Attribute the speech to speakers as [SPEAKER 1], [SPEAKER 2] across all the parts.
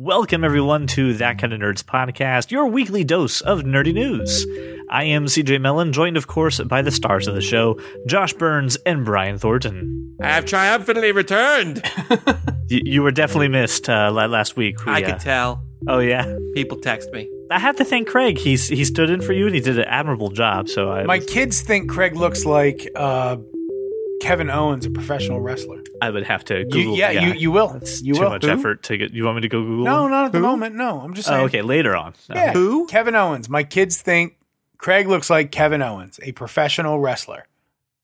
[SPEAKER 1] Welcome, everyone, to That Kind of Nerds podcast, your weekly dose of nerdy news. I am CJ Mellon, joined, of course, by the stars of the show, Josh Burns and Brian Thornton.
[SPEAKER 2] I have triumphantly returned.
[SPEAKER 1] Y- you were definitely missed uh, la- last week. We,
[SPEAKER 2] I
[SPEAKER 1] uh,
[SPEAKER 2] could tell.
[SPEAKER 1] oh, yeah.
[SPEAKER 2] People text me.
[SPEAKER 1] I have to thank Craig. He's, he stood in for you and he did an admirable job. So I,
[SPEAKER 3] My
[SPEAKER 1] was-
[SPEAKER 3] kids think Craig looks like uh, Kevin Owens, a professional wrestler.
[SPEAKER 1] I would have to
[SPEAKER 3] You-
[SPEAKER 1] Google
[SPEAKER 3] yeah,
[SPEAKER 1] the
[SPEAKER 3] you
[SPEAKER 1] guy.
[SPEAKER 3] you will.
[SPEAKER 1] That's
[SPEAKER 3] you
[SPEAKER 1] too
[SPEAKER 3] will.
[SPEAKER 1] much
[SPEAKER 3] Who?
[SPEAKER 1] effort to get. You want me to go Google?
[SPEAKER 3] No,
[SPEAKER 1] him?
[SPEAKER 3] not at the moment. No, I'm just saying.
[SPEAKER 1] Oh, okay, later on.
[SPEAKER 3] Yeah.
[SPEAKER 2] Who?
[SPEAKER 3] Kevin Owens. My kids think Craig looks like Kevin Owens, a professional wrestler.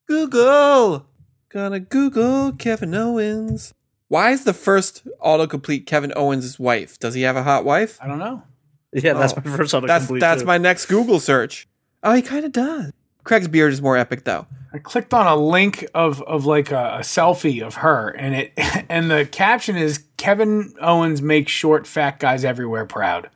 [SPEAKER 2] Google. Gonna Google Kevin Owens. Why is the first autocomplete Kevin Owens' wife? Does he have a hot wife?
[SPEAKER 3] I don't know.
[SPEAKER 1] yeah, that's
[SPEAKER 2] Oh.
[SPEAKER 1] my first auto.
[SPEAKER 2] That's that's my next Google search. Oh, he kind of does. Craig's beard is more epic though.
[SPEAKER 3] I clicked on a link of of like a, a selfie of her, and it and the caption is Kevin Owens makes short fat guys everywhere proud.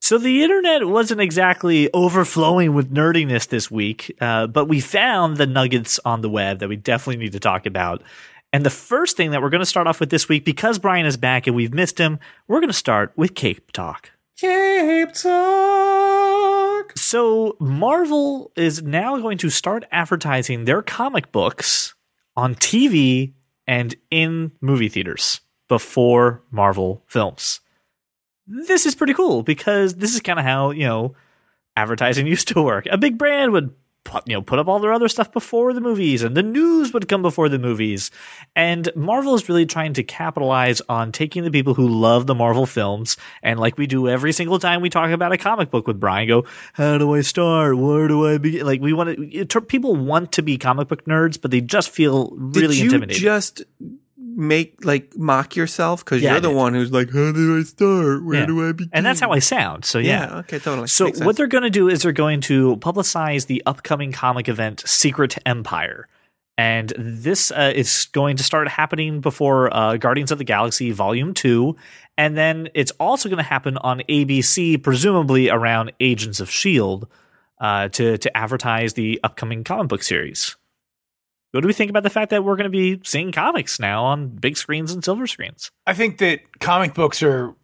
[SPEAKER 1] So the internet wasn't exactly overflowing with nerdiness this week, uh, but we found the nuggets on the web that we definitely need to talk about. And the first thing that we're going to start off with this week, because Brian is back and we've missed him, we're going to start with Cape Talk.
[SPEAKER 2] Cape Talk.
[SPEAKER 1] So Marvel is now going to start advertising their comic books on TV and in movie theaters before Marvel films. This is pretty cool because this is kind of how, you know, advertising used to work. A big brand would put, you know, put up all their other stuff before the movies and the news would come before the movies. And Marvel is really trying to capitalize on taking the people who love the Marvel films and like we do every single time we talk about a comic book with Brian go, "How do I start? Where do I begin?" Like we want to it- people want to be comic book nerds, but they just feel really
[SPEAKER 2] Did you
[SPEAKER 1] intimidated.
[SPEAKER 2] just make like mock yourself because
[SPEAKER 1] Yeah, I
[SPEAKER 2] you're the
[SPEAKER 1] did.
[SPEAKER 2] one who's like, how do I start? Where
[SPEAKER 1] Yeah.
[SPEAKER 2] do I begin?
[SPEAKER 1] and that's how I sound. So yeah.
[SPEAKER 2] Yeah. Okay. Totally.
[SPEAKER 1] So
[SPEAKER 2] Makes sense.
[SPEAKER 1] what they're going to do is they're going to publicize the upcoming comic event Secret Empire. And this uh, is going to start happening before uh, Guardians of the Galaxy Volume 2. And then it's also going to happen on ABC, presumably around Agents of S.H.I.E.L.D., E uh, to, to advertise the upcoming comic book series. What do we think about the fact that we're going to be seeing comics now on big screens and silver screens?
[SPEAKER 3] I think that comic books are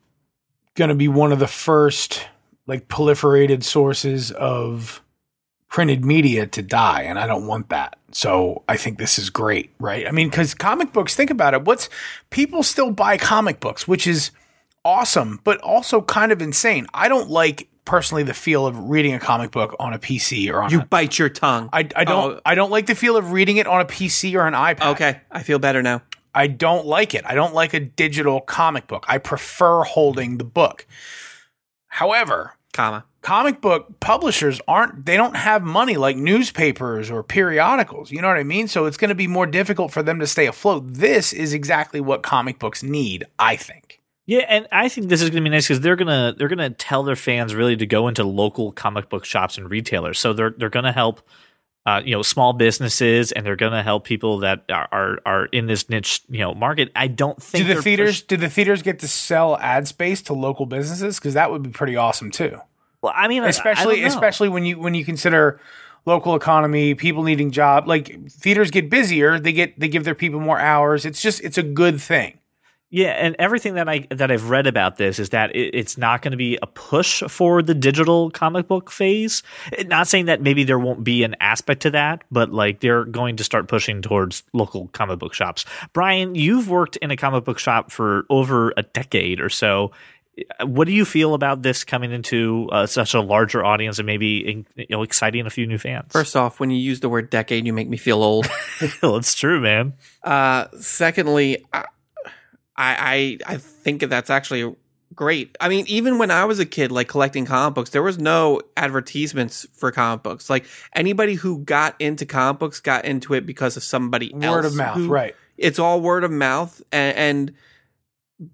[SPEAKER 3] going to be one of the first like proliferated sources of printed media to die and I don't want that. So I think this is great, right? I mean cuz comic books think about it, what's people still buy comic books, which is awesome but also kind of insane. I don't like personally the feel of reading a comic book on a PC or on
[SPEAKER 2] you
[SPEAKER 3] a,
[SPEAKER 2] bite your tongue.
[SPEAKER 3] I, I don't
[SPEAKER 2] Oh.
[SPEAKER 3] I don't like the feel of reading it on a PC or an iPad.
[SPEAKER 2] Okay, I feel better now.
[SPEAKER 3] I don't like it. I don't like a digital comic book. I prefer holding the book. However,
[SPEAKER 2] Comma.
[SPEAKER 3] comic book publishers aren't they don't have money like newspapers or periodicals. You know what I mean? So it's going to be more difficult for them to stay afloat. This is exactly what comic books need, I think.
[SPEAKER 1] Yeah, and I think this is going to be nice because they're gonna they're gonna tell their fans really to go into local comic book shops and retailers. So they're they're gonna help, uh, you know, small businesses, and they're gonna help people that are are, are in this niche you know market. I don't think
[SPEAKER 3] Do the
[SPEAKER 1] they're
[SPEAKER 3] theaters
[SPEAKER 1] push-
[SPEAKER 3] do the theaters get to sell ad space to local businesses cuz that would be pretty awesome too.
[SPEAKER 1] well, I mean, I- I
[SPEAKER 3] especially
[SPEAKER 1] don't know.
[SPEAKER 3] especially when you when you consider local economy people needing job like theaters get busier they get they give their people more hours it's just it's a good thing
[SPEAKER 1] Yeah, and everything that I that I've read about this is that it, it's not going to be a push for the digital comic book phase. It- Not saying that maybe there won't be an aspect to that, but like they're going to start pushing towards local comic book shops. Brian, you've worked in a comic book shop for over a decade or so. What do you feel about this coming into uh, such a larger audience and maybe in, you know, exciting a few new fans?
[SPEAKER 2] First off, when you use the word decade, you make me feel old.
[SPEAKER 1] Well, it's true, man.
[SPEAKER 2] Uh, secondly, I, I I I think that's actually great. I mean, even when I was a kid, like collecting comic books, there was no advertisements for comic books. Like anybody who got into comic books got into it because of somebody
[SPEAKER 3] word
[SPEAKER 2] else
[SPEAKER 3] of mouth
[SPEAKER 2] who-
[SPEAKER 3] right
[SPEAKER 2] It's all word of mouth and. and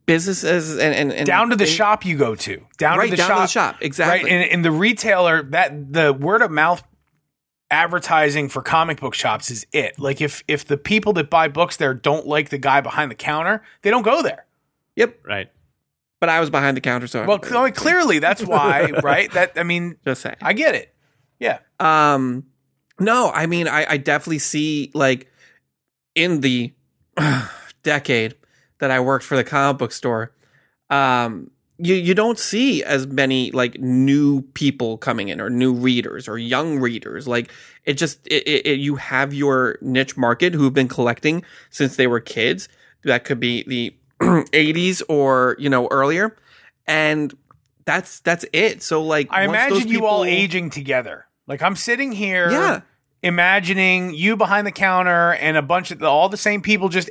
[SPEAKER 2] Businesses and, and, and
[SPEAKER 3] down to the
[SPEAKER 2] they-
[SPEAKER 3] shop you go to down
[SPEAKER 2] right
[SPEAKER 3] to the
[SPEAKER 2] down
[SPEAKER 3] shop
[SPEAKER 2] to the shop, exactly.
[SPEAKER 3] right and, and the retailer that the word of mouth advertising for comic book shops is it like if if the people that buy books there don't like the guy behind the counter they don't go there
[SPEAKER 2] yep.
[SPEAKER 1] Right.
[SPEAKER 2] But I was behind the counter, so I
[SPEAKER 3] well
[SPEAKER 2] don't really-
[SPEAKER 3] cl- clearly that's why right that i mean
[SPEAKER 2] just saying.
[SPEAKER 3] i get it yeah
[SPEAKER 2] Um, no, I mean, I, I definitely see like in the decade that I worked for the comic book store, um, you you don't see as many like new people coming in or new readers or young readers. Like it just it, it, it- you have your niche market who've been collecting since they were kids. That could be the 80s or you know earlier, and that's that's it. So like
[SPEAKER 3] I
[SPEAKER 2] once those
[SPEAKER 3] imagine you all
[SPEAKER 2] people-
[SPEAKER 3] aging together. Like I'm sitting here
[SPEAKER 2] Yeah.
[SPEAKER 3] imagining you behind the counter and a bunch of all the same people just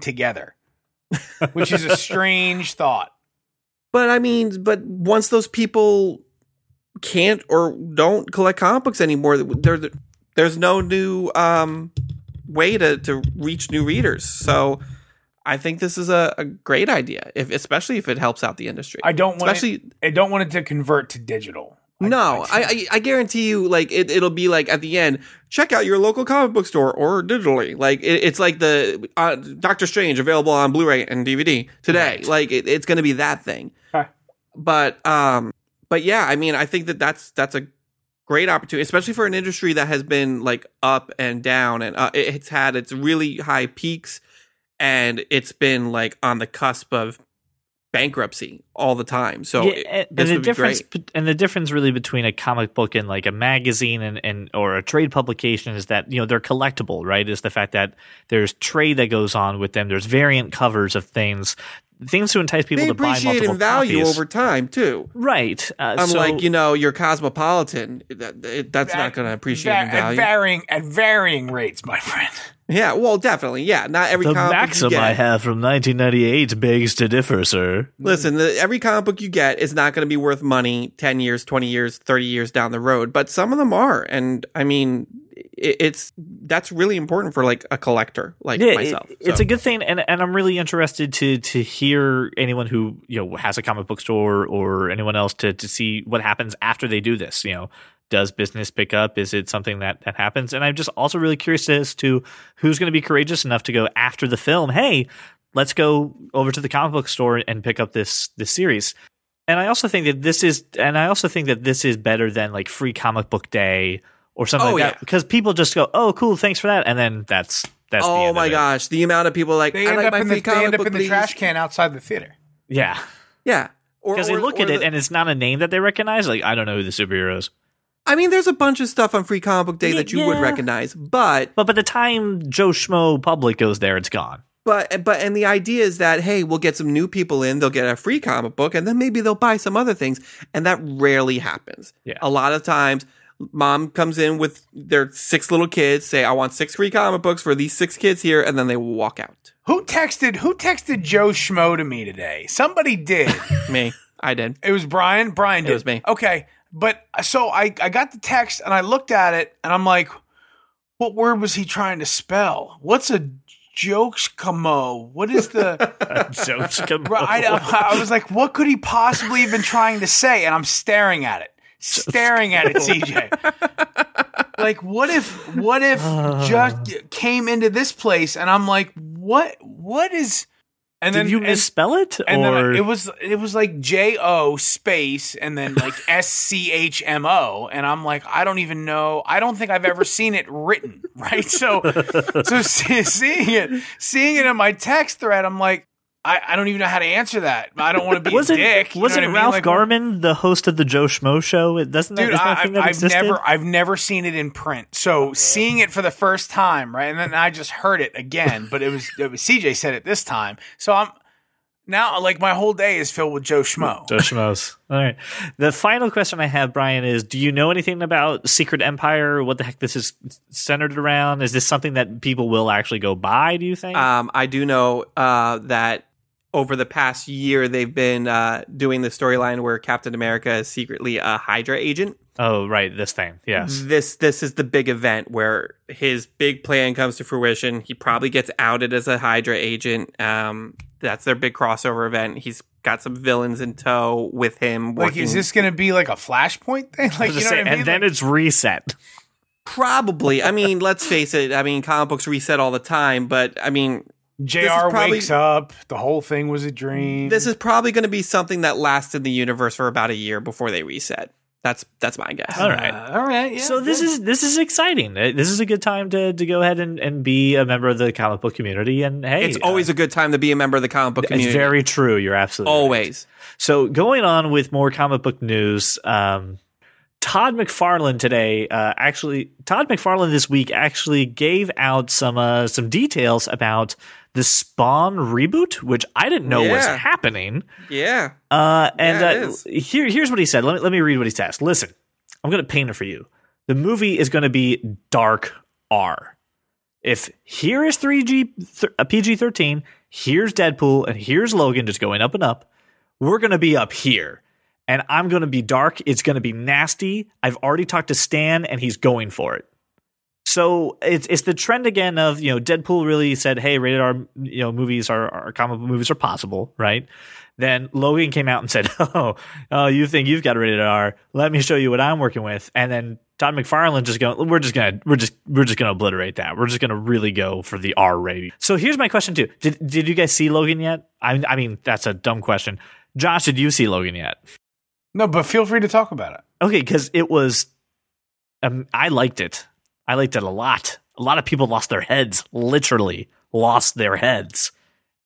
[SPEAKER 3] together. Which is a strange thought.
[SPEAKER 2] But I mean, but once those people can't or don't collect comic books anymore, there, there's no new um, way to, to reach new readers. So I think this is a, a great idea, if, especially if it helps out the industry.
[SPEAKER 3] I don't want it,
[SPEAKER 2] especially
[SPEAKER 3] I don't want it to convert to digital.
[SPEAKER 2] no, I, I I guarantee you, like it, it'll be like at the end, check out your local comic book store or digitally. Like it, it's like the uh, Doctor Strange available on Blu-ray and DVD today.
[SPEAKER 3] Right.
[SPEAKER 2] Like it, it's going to be that thing.
[SPEAKER 3] Huh.
[SPEAKER 2] But um, but yeah, I mean, I think that that's that's a great opportunity, especially for an industry that has been like up and down, and uh, it- it's had its really high peaks, and it's been like on the cusp of bankruptcy all the time. So
[SPEAKER 1] Yeah,
[SPEAKER 2] it-
[SPEAKER 1] and,
[SPEAKER 2] this
[SPEAKER 1] and the
[SPEAKER 2] would be
[SPEAKER 1] difference
[SPEAKER 2] great.
[SPEAKER 1] bet- and the difference really between a comic book and like a magazine and, and or a trade publication is that you know they're collectible, right? Is the fact that there's trade that goes on with them. There's variant covers of things, things to entice people
[SPEAKER 2] they
[SPEAKER 1] to buy
[SPEAKER 2] appreciate
[SPEAKER 1] multiple
[SPEAKER 2] in value
[SPEAKER 1] copies.
[SPEAKER 2] over time too.
[SPEAKER 1] right? Uh,
[SPEAKER 2] Unlike
[SPEAKER 1] so-
[SPEAKER 2] you know your cosmopolitan, that, it- that's not going to appreciate in
[SPEAKER 3] at
[SPEAKER 2] value.
[SPEAKER 3] varying at varying rates, my friend.
[SPEAKER 2] yeah, well, definitely, yeah. Not every
[SPEAKER 1] the
[SPEAKER 2] comic book
[SPEAKER 1] maxim
[SPEAKER 2] you get.
[SPEAKER 1] I have from 1998 begs to differ, sir.
[SPEAKER 2] Listen, the, every comic book you get is not going to be worth money ten years, twenty years, thirty years down the road. But some of them are, and I mean, it, it's that's really important for like a collector like
[SPEAKER 1] it-
[SPEAKER 2] myself.
[SPEAKER 1] it's
[SPEAKER 2] So,
[SPEAKER 1] a good thing, and, and I'm really interested to to hear anyone who you know has a comic book store or anyone else to to see what happens after they do this. You know, does business pick up? Is it something that that happens? And I'm just also really curious as to who's going to be courageous enough to go after the film. Hey, let's go over to the comic book store and pick up this this series. And I also think that this is, and I also think that this is better than like free comic book day or something
[SPEAKER 2] Oh,
[SPEAKER 1] like
[SPEAKER 2] yeah.
[SPEAKER 1] that because people just go, "Oh, cool, thanks for that," and then that's that's. the
[SPEAKER 2] oh
[SPEAKER 1] end
[SPEAKER 2] my
[SPEAKER 1] of it.
[SPEAKER 2] gosh, the amount of people like
[SPEAKER 3] They
[SPEAKER 2] I
[SPEAKER 3] end
[SPEAKER 2] like
[SPEAKER 3] up
[SPEAKER 2] my
[SPEAKER 3] in the,
[SPEAKER 2] free
[SPEAKER 3] they
[SPEAKER 2] comic
[SPEAKER 3] end up
[SPEAKER 2] book,
[SPEAKER 3] in the
[SPEAKER 2] please.
[SPEAKER 3] trash can outside the theater.
[SPEAKER 1] Yeah,
[SPEAKER 2] Yeah, Or-
[SPEAKER 1] because they
[SPEAKER 2] or-
[SPEAKER 1] look
[SPEAKER 2] or
[SPEAKER 1] at it
[SPEAKER 2] the-
[SPEAKER 1] and it's not a name that they recognize. Like I don't know who the superhero is,
[SPEAKER 2] I mean, there's a bunch of stuff on Free Comic Book Day
[SPEAKER 1] Yeah,
[SPEAKER 2] that you would
[SPEAKER 1] yeah.
[SPEAKER 2] recognize, but
[SPEAKER 1] but by the time Joe Schmo public goes there, it's gone.
[SPEAKER 2] but but and the idea is that hey, we'll get some new people in, they'll get a free comic book, and then maybe they'll buy some other things, and that rarely happens.
[SPEAKER 1] Yeah.
[SPEAKER 2] a lot of times, mom comes in with their six little kids, say, "I want six free comic books for these six kids here," and then they walk out.
[SPEAKER 3] Who texted who texted Joe Schmo to me today? Somebody did.
[SPEAKER 2] Me, I did.
[SPEAKER 3] It was Brian. Brian
[SPEAKER 2] It
[SPEAKER 3] did.
[SPEAKER 2] was me.
[SPEAKER 3] Okay. But so I, I got the text and I looked at it and I'm like, what word was he trying to spell? What's a jokeskamo? What is the.
[SPEAKER 1] Joe Schmo.
[SPEAKER 3] Bro, I, I was like, what could he possibly have been trying to say? And I'm staring at it. Staring at it, CJ. like, what if, what if just came into this place and I'm like, what, what is. And
[SPEAKER 1] Did
[SPEAKER 3] then
[SPEAKER 1] you
[SPEAKER 3] and-
[SPEAKER 1] misspell it,
[SPEAKER 3] and
[SPEAKER 1] or
[SPEAKER 3] then I- it was it was like J O space and then like S C H M O and I'm like I don't even know I don't think I've ever seen it written right so so see, seeing it seeing it in my text thread I'm like I, I don't even know how to answer that I don't want to be
[SPEAKER 1] wasn't
[SPEAKER 3] a dick you know
[SPEAKER 1] wasn't
[SPEAKER 3] what I mean?
[SPEAKER 1] Ralph
[SPEAKER 3] Like,
[SPEAKER 1] Garman the host of the Joe Schmo show? It doesn't that,
[SPEAKER 3] Dude,
[SPEAKER 1] isn't that a
[SPEAKER 3] I,
[SPEAKER 1] thing that
[SPEAKER 3] I've
[SPEAKER 1] existed? Oh,
[SPEAKER 3] never, I've never seen it in print. So seeing it for the first time, right, and then I just heard it again, but it was, it was CJ said it this time. So I'm now like my whole day is filled with Joe Schmo.
[SPEAKER 1] Joe Schmoes. All right. The final question I have, Brian, is: Do you know anything about Secret Empire? What the heck this is centered around? Is this something that people will actually go buy? Do you think?
[SPEAKER 2] Um, I do know uh, that over the past year, they've been uh, doing the storyline where Captain America is secretly a Hydra agent.
[SPEAKER 1] oh, right, this thing. Yes.
[SPEAKER 2] This this is the big event where his big plan comes to fruition. He probably gets outed as a Hydra agent. Um, that's their big crossover event. He's got some villains in tow with him.
[SPEAKER 3] Like,
[SPEAKER 2] working-
[SPEAKER 3] is this going to be like a flashpoint thing?
[SPEAKER 1] I
[SPEAKER 3] Like,
[SPEAKER 1] was
[SPEAKER 3] you
[SPEAKER 1] gonna
[SPEAKER 3] know
[SPEAKER 1] say,
[SPEAKER 3] what I mean?
[SPEAKER 1] and then
[SPEAKER 3] Like,
[SPEAKER 1] it's reset.
[SPEAKER 2] probably? I mean, let's face it. I mean, comic books reset all the time, but I mean,
[SPEAKER 3] Jr.
[SPEAKER 2] probably-
[SPEAKER 3] wakes up. The whole thing was a dream.
[SPEAKER 2] this is probably going to be something that lasts in the universe for about a year before they reset. That's that's my guess.
[SPEAKER 1] All right.
[SPEAKER 3] Uh, all right. Yeah,
[SPEAKER 1] so this
[SPEAKER 3] good.
[SPEAKER 1] is this is exciting. Uh, This is a good time to to go ahead and, and be a member of the comic book community. And hey,
[SPEAKER 2] It's always a good time to be a member of the comic
[SPEAKER 1] uh,
[SPEAKER 2] book
[SPEAKER 1] it's
[SPEAKER 2] community. Oh.
[SPEAKER 1] very true. You're absolutely right.
[SPEAKER 2] always.
[SPEAKER 1] So going on with more comic book news, um, Todd McFarlane today uh, actually Todd McFarlane this week actually gave out some uh, some details about the Spawn reboot, which I didn't know was
[SPEAKER 2] Yeah.
[SPEAKER 1] happening.
[SPEAKER 2] Yeah.
[SPEAKER 1] Uh, and
[SPEAKER 2] Yeah, it
[SPEAKER 1] uh,
[SPEAKER 2] is.
[SPEAKER 1] here, here's what he said. Let me, let me read what he says. Listen, I'm going to paint it for you. The movie is going to be dark R. If here is 3G, th- uh, PG-13, here's Deadpool, and here's Logan just going up and up, we're going to be up here. And I'm going to be dark. It's going to be nasty. I've already talked to Stan, and he's going for it. So it's it's the trend again of you know Deadpool really said hey rated R you know movies are, are comic book movies are possible right then Logan came out and said oh oh you think you've got rated R let me show you what I'm working with and then Todd McFarlane just going we're just gonna we're just we're just gonna obliterate that we're just gonna really go for the R rating so here's my question too did did you guys see Logan yet I I mean that's a dumb question Josh did you see Logan yet
[SPEAKER 3] no, but feel free to talk about it.
[SPEAKER 1] Okay, because it was, um, I liked it. I liked it a lot. A lot of people lost their heads, literally lost their heads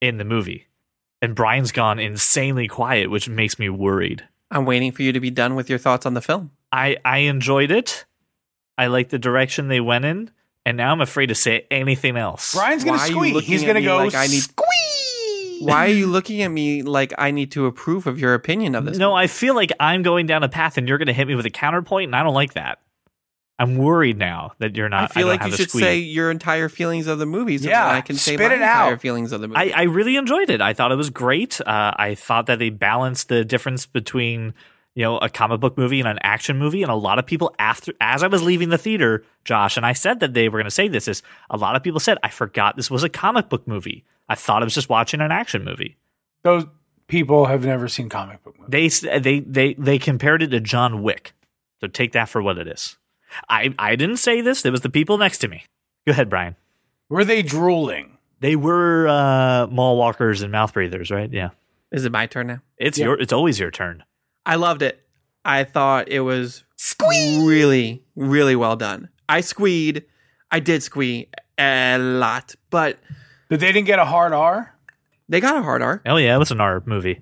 [SPEAKER 1] in the movie. And Brian's gone insanely quiet, which makes me worried.
[SPEAKER 2] I'm waiting for you to be done with your thoughts on the film.
[SPEAKER 1] I, I enjoyed it. I liked the direction they went in. And now I'm afraid to say anything else.
[SPEAKER 3] Brian's gonna
[SPEAKER 2] Why are you
[SPEAKER 3] squeak.
[SPEAKER 2] looking
[SPEAKER 3] He's
[SPEAKER 2] at
[SPEAKER 3] gonna
[SPEAKER 2] me
[SPEAKER 3] go.
[SPEAKER 2] like I need-
[SPEAKER 3] squee.
[SPEAKER 2] Why are you looking at me like I need to approve of your opinion of this?
[SPEAKER 1] No, I feel like I'm going down a path and you're going to hit me with a counterpoint, and I don't like that. I'm worried now that you're
[SPEAKER 2] I
[SPEAKER 1] not.
[SPEAKER 2] feel
[SPEAKER 1] don't
[SPEAKER 2] like
[SPEAKER 1] have
[SPEAKER 2] you
[SPEAKER 1] the
[SPEAKER 2] should
[SPEAKER 1] squeak.
[SPEAKER 2] say your entire feelings of the movie, so
[SPEAKER 3] Yeah,
[SPEAKER 2] that I can say
[SPEAKER 3] spit
[SPEAKER 2] my
[SPEAKER 3] it
[SPEAKER 2] entire
[SPEAKER 3] out.
[SPEAKER 2] feelings of the movie.
[SPEAKER 1] I, I really enjoyed it. I thought it was great. Uh, I thought that they balanced the difference between you know a comic book movie and an action movie. And a lot of people after as I was leaving the theater, Josh and I said that they were going to say this is a lot of people said I forgot this was a comic book movie. I thought I was just watching an action movie.
[SPEAKER 3] Those people have never seen comic book movies.
[SPEAKER 1] They s- they they they compared it to John Wick. So take that for what it is. I I didn't say this. It was the people next to me. Go ahead, Brian.
[SPEAKER 3] Were they drooling?
[SPEAKER 1] They were uh, mall walkers and mouth breathers, right? Yeah.
[SPEAKER 2] Is it my turn now?
[SPEAKER 1] It's
[SPEAKER 3] Yeah.
[SPEAKER 1] your. It's always your turn.
[SPEAKER 2] I loved it. I thought it was really, really well done. I squeed. I did squee a lot, but
[SPEAKER 3] But they didn't get a hard R.
[SPEAKER 2] they got a hard R.
[SPEAKER 1] Oh yeah, it was an R movie.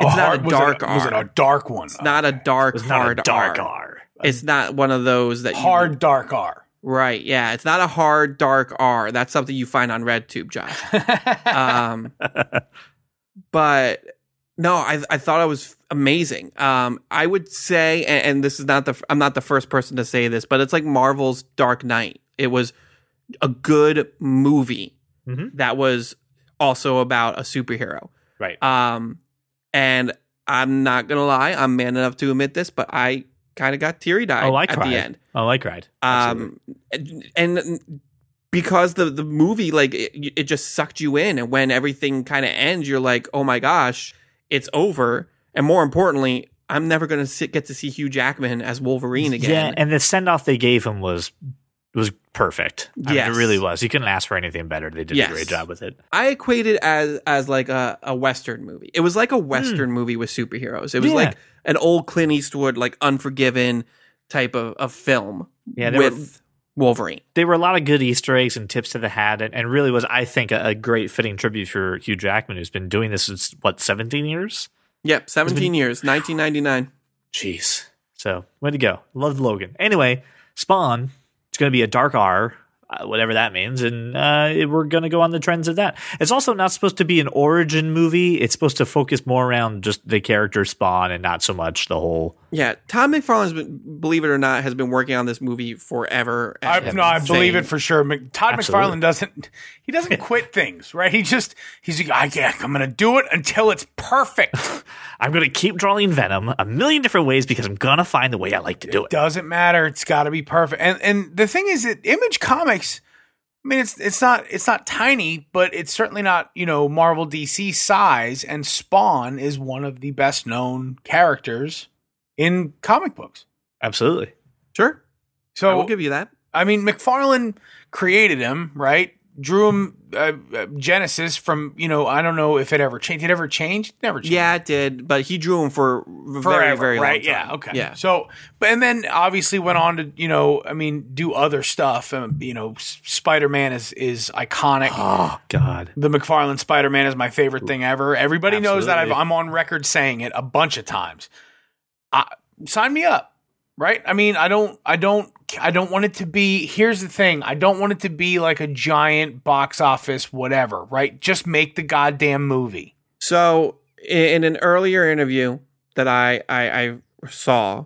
[SPEAKER 2] It's not
[SPEAKER 3] hard-
[SPEAKER 2] a
[SPEAKER 3] was it
[SPEAKER 2] dark
[SPEAKER 3] Was it
[SPEAKER 2] R.
[SPEAKER 3] a dark one?
[SPEAKER 2] It's not a dark
[SPEAKER 1] It's not
[SPEAKER 2] hard
[SPEAKER 1] a dark
[SPEAKER 2] R.
[SPEAKER 1] R.
[SPEAKER 2] It's not one of those that you-
[SPEAKER 3] hard dark R.
[SPEAKER 2] right, yeah. It's not a hard dark R. That's something you find on RedTube, Josh. um, but no, I I thought it was amazing. Um, I would say, and, and this is not the I'm not the first person to say this, but it's like Marvel's Dark Knight. It was a good movie
[SPEAKER 1] Mhm.
[SPEAKER 2] that was also about a superhero.
[SPEAKER 1] Right.
[SPEAKER 2] Um, and I'm not gonna lie, I'm man enough to admit this, but I kind of got teary
[SPEAKER 1] Oh, I
[SPEAKER 2] eyed at
[SPEAKER 1] cried.
[SPEAKER 2] the end
[SPEAKER 1] oh, I cried. Absolutely.
[SPEAKER 2] um and, and because the the movie like it, it just sucked you in and when everything kind of ends you're like oh my gosh it's over and more importantly i'm never going to get to see hugh jackman as wolverine
[SPEAKER 1] Yeah,
[SPEAKER 2] again
[SPEAKER 1] and the send off they gave him was was perfect. I mean,
[SPEAKER 2] Yes.
[SPEAKER 1] it really was. You couldn't ask for anything better. They did
[SPEAKER 2] Yes.
[SPEAKER 1] a great job with it.
[SPEAKER 2] i equate it as as like a, a western movie it was like a western movie with superheroes it
[SPEAKER 1] Hmm.
[SPEAKER 2] was
[SPEAKER 1] Yeah.
[SPEAKER 2] like an old clint eastwood like unforgiven type of, of film
[SPEAKER 1] Yeah, there
[SPEAKER 2] with wolverine
[SPEAKER 1] There were a lot of good Easter eggs and tips to the hat, and, and really was I think a, a great fitting tribute for Hugh Jackman, who's been doing this since what seventeen years.
[SPEAKER 2] yep 17 years 1999
[SPEAKER 1] Jeez. So way to go. Loved Logan. Anyway, Spawn. It's going to be a dark R, uh, whatever that means, and uh, it- we're going to go on the trends of that. It's also not supposed to be an origin movie. It's supposed to focus more around just the character Spawn and not so much the whole.
[SPEAKER 2] Yeah, Tom McFarlane's been, believe it or not, has been working on this movie forever.
[SPEAKER 3] I,
[SPEAKER 2] and
[SPEAKER 3] no, I
[SPEAKER 2] insane.
[SPEAKER 3] believe it for sure. Mc, Todd
[SPEAKER 1] Absolutely.
[SPEAKER 3] McFarlane doesn't. He doesn't quit things, right? He just he's like, I can't. I'm gonna do it until it's perfect.
[SPEAKER 1] I'm going to keep drawing Venom a million different ways because I'm going to find the way I like to do it.
[SPEAKER 3] Doesn't matter. It's got to be perfect. And and the thing is that Image Comics, I mean, it's it's not it's not tiny, but it's certainly not you know Marvel DC size. And Spawn is one of the best known characters in comic books.
[SPEAKER 1] Absolutely.
[SPEAKER 2] Sure, I
[SPEAKER 3] So
[SPEAKER 2] will give you that.
[SPEAKER 3] I mean, McFarlane created him, right? drew him uh, uh, Genesis from you know I don't know if it ever changed. Did it ever change? It Never changed.
[SPEAKER 2] Yeah, it did, but he drew him for very,
[SPEAKER 3] Forever,
[SPEAKER 2] very
[SPEAKER 3] right?
[SPEAKER 2] long. time.
[SPEAKER 3] Yeah, okay.
[SPEAKER 2] Yeah.
[SPEAKER 3] So, but and then obviously went on to you know I mean do other stuff. Um, you know, Spider Man is is iconic.
[SPEAKER 1] Oh God.
[SPEAKER 3] The McFarlane Spider Man is my favorite thing ever. Everybody knows that I've,
[SPEAKER 1] Absolutely.
[SPEAKER 3] I'm on record saying it a bunch of times. I, sign me up, right? I mean, I don't, I don't, I don't want it to be. Here's the thing: I don't want it to be like a giant box office, whatever, right? Just make the goddamn movie.
[SPEAKER 2] So in in an earlier interview that I, I I saw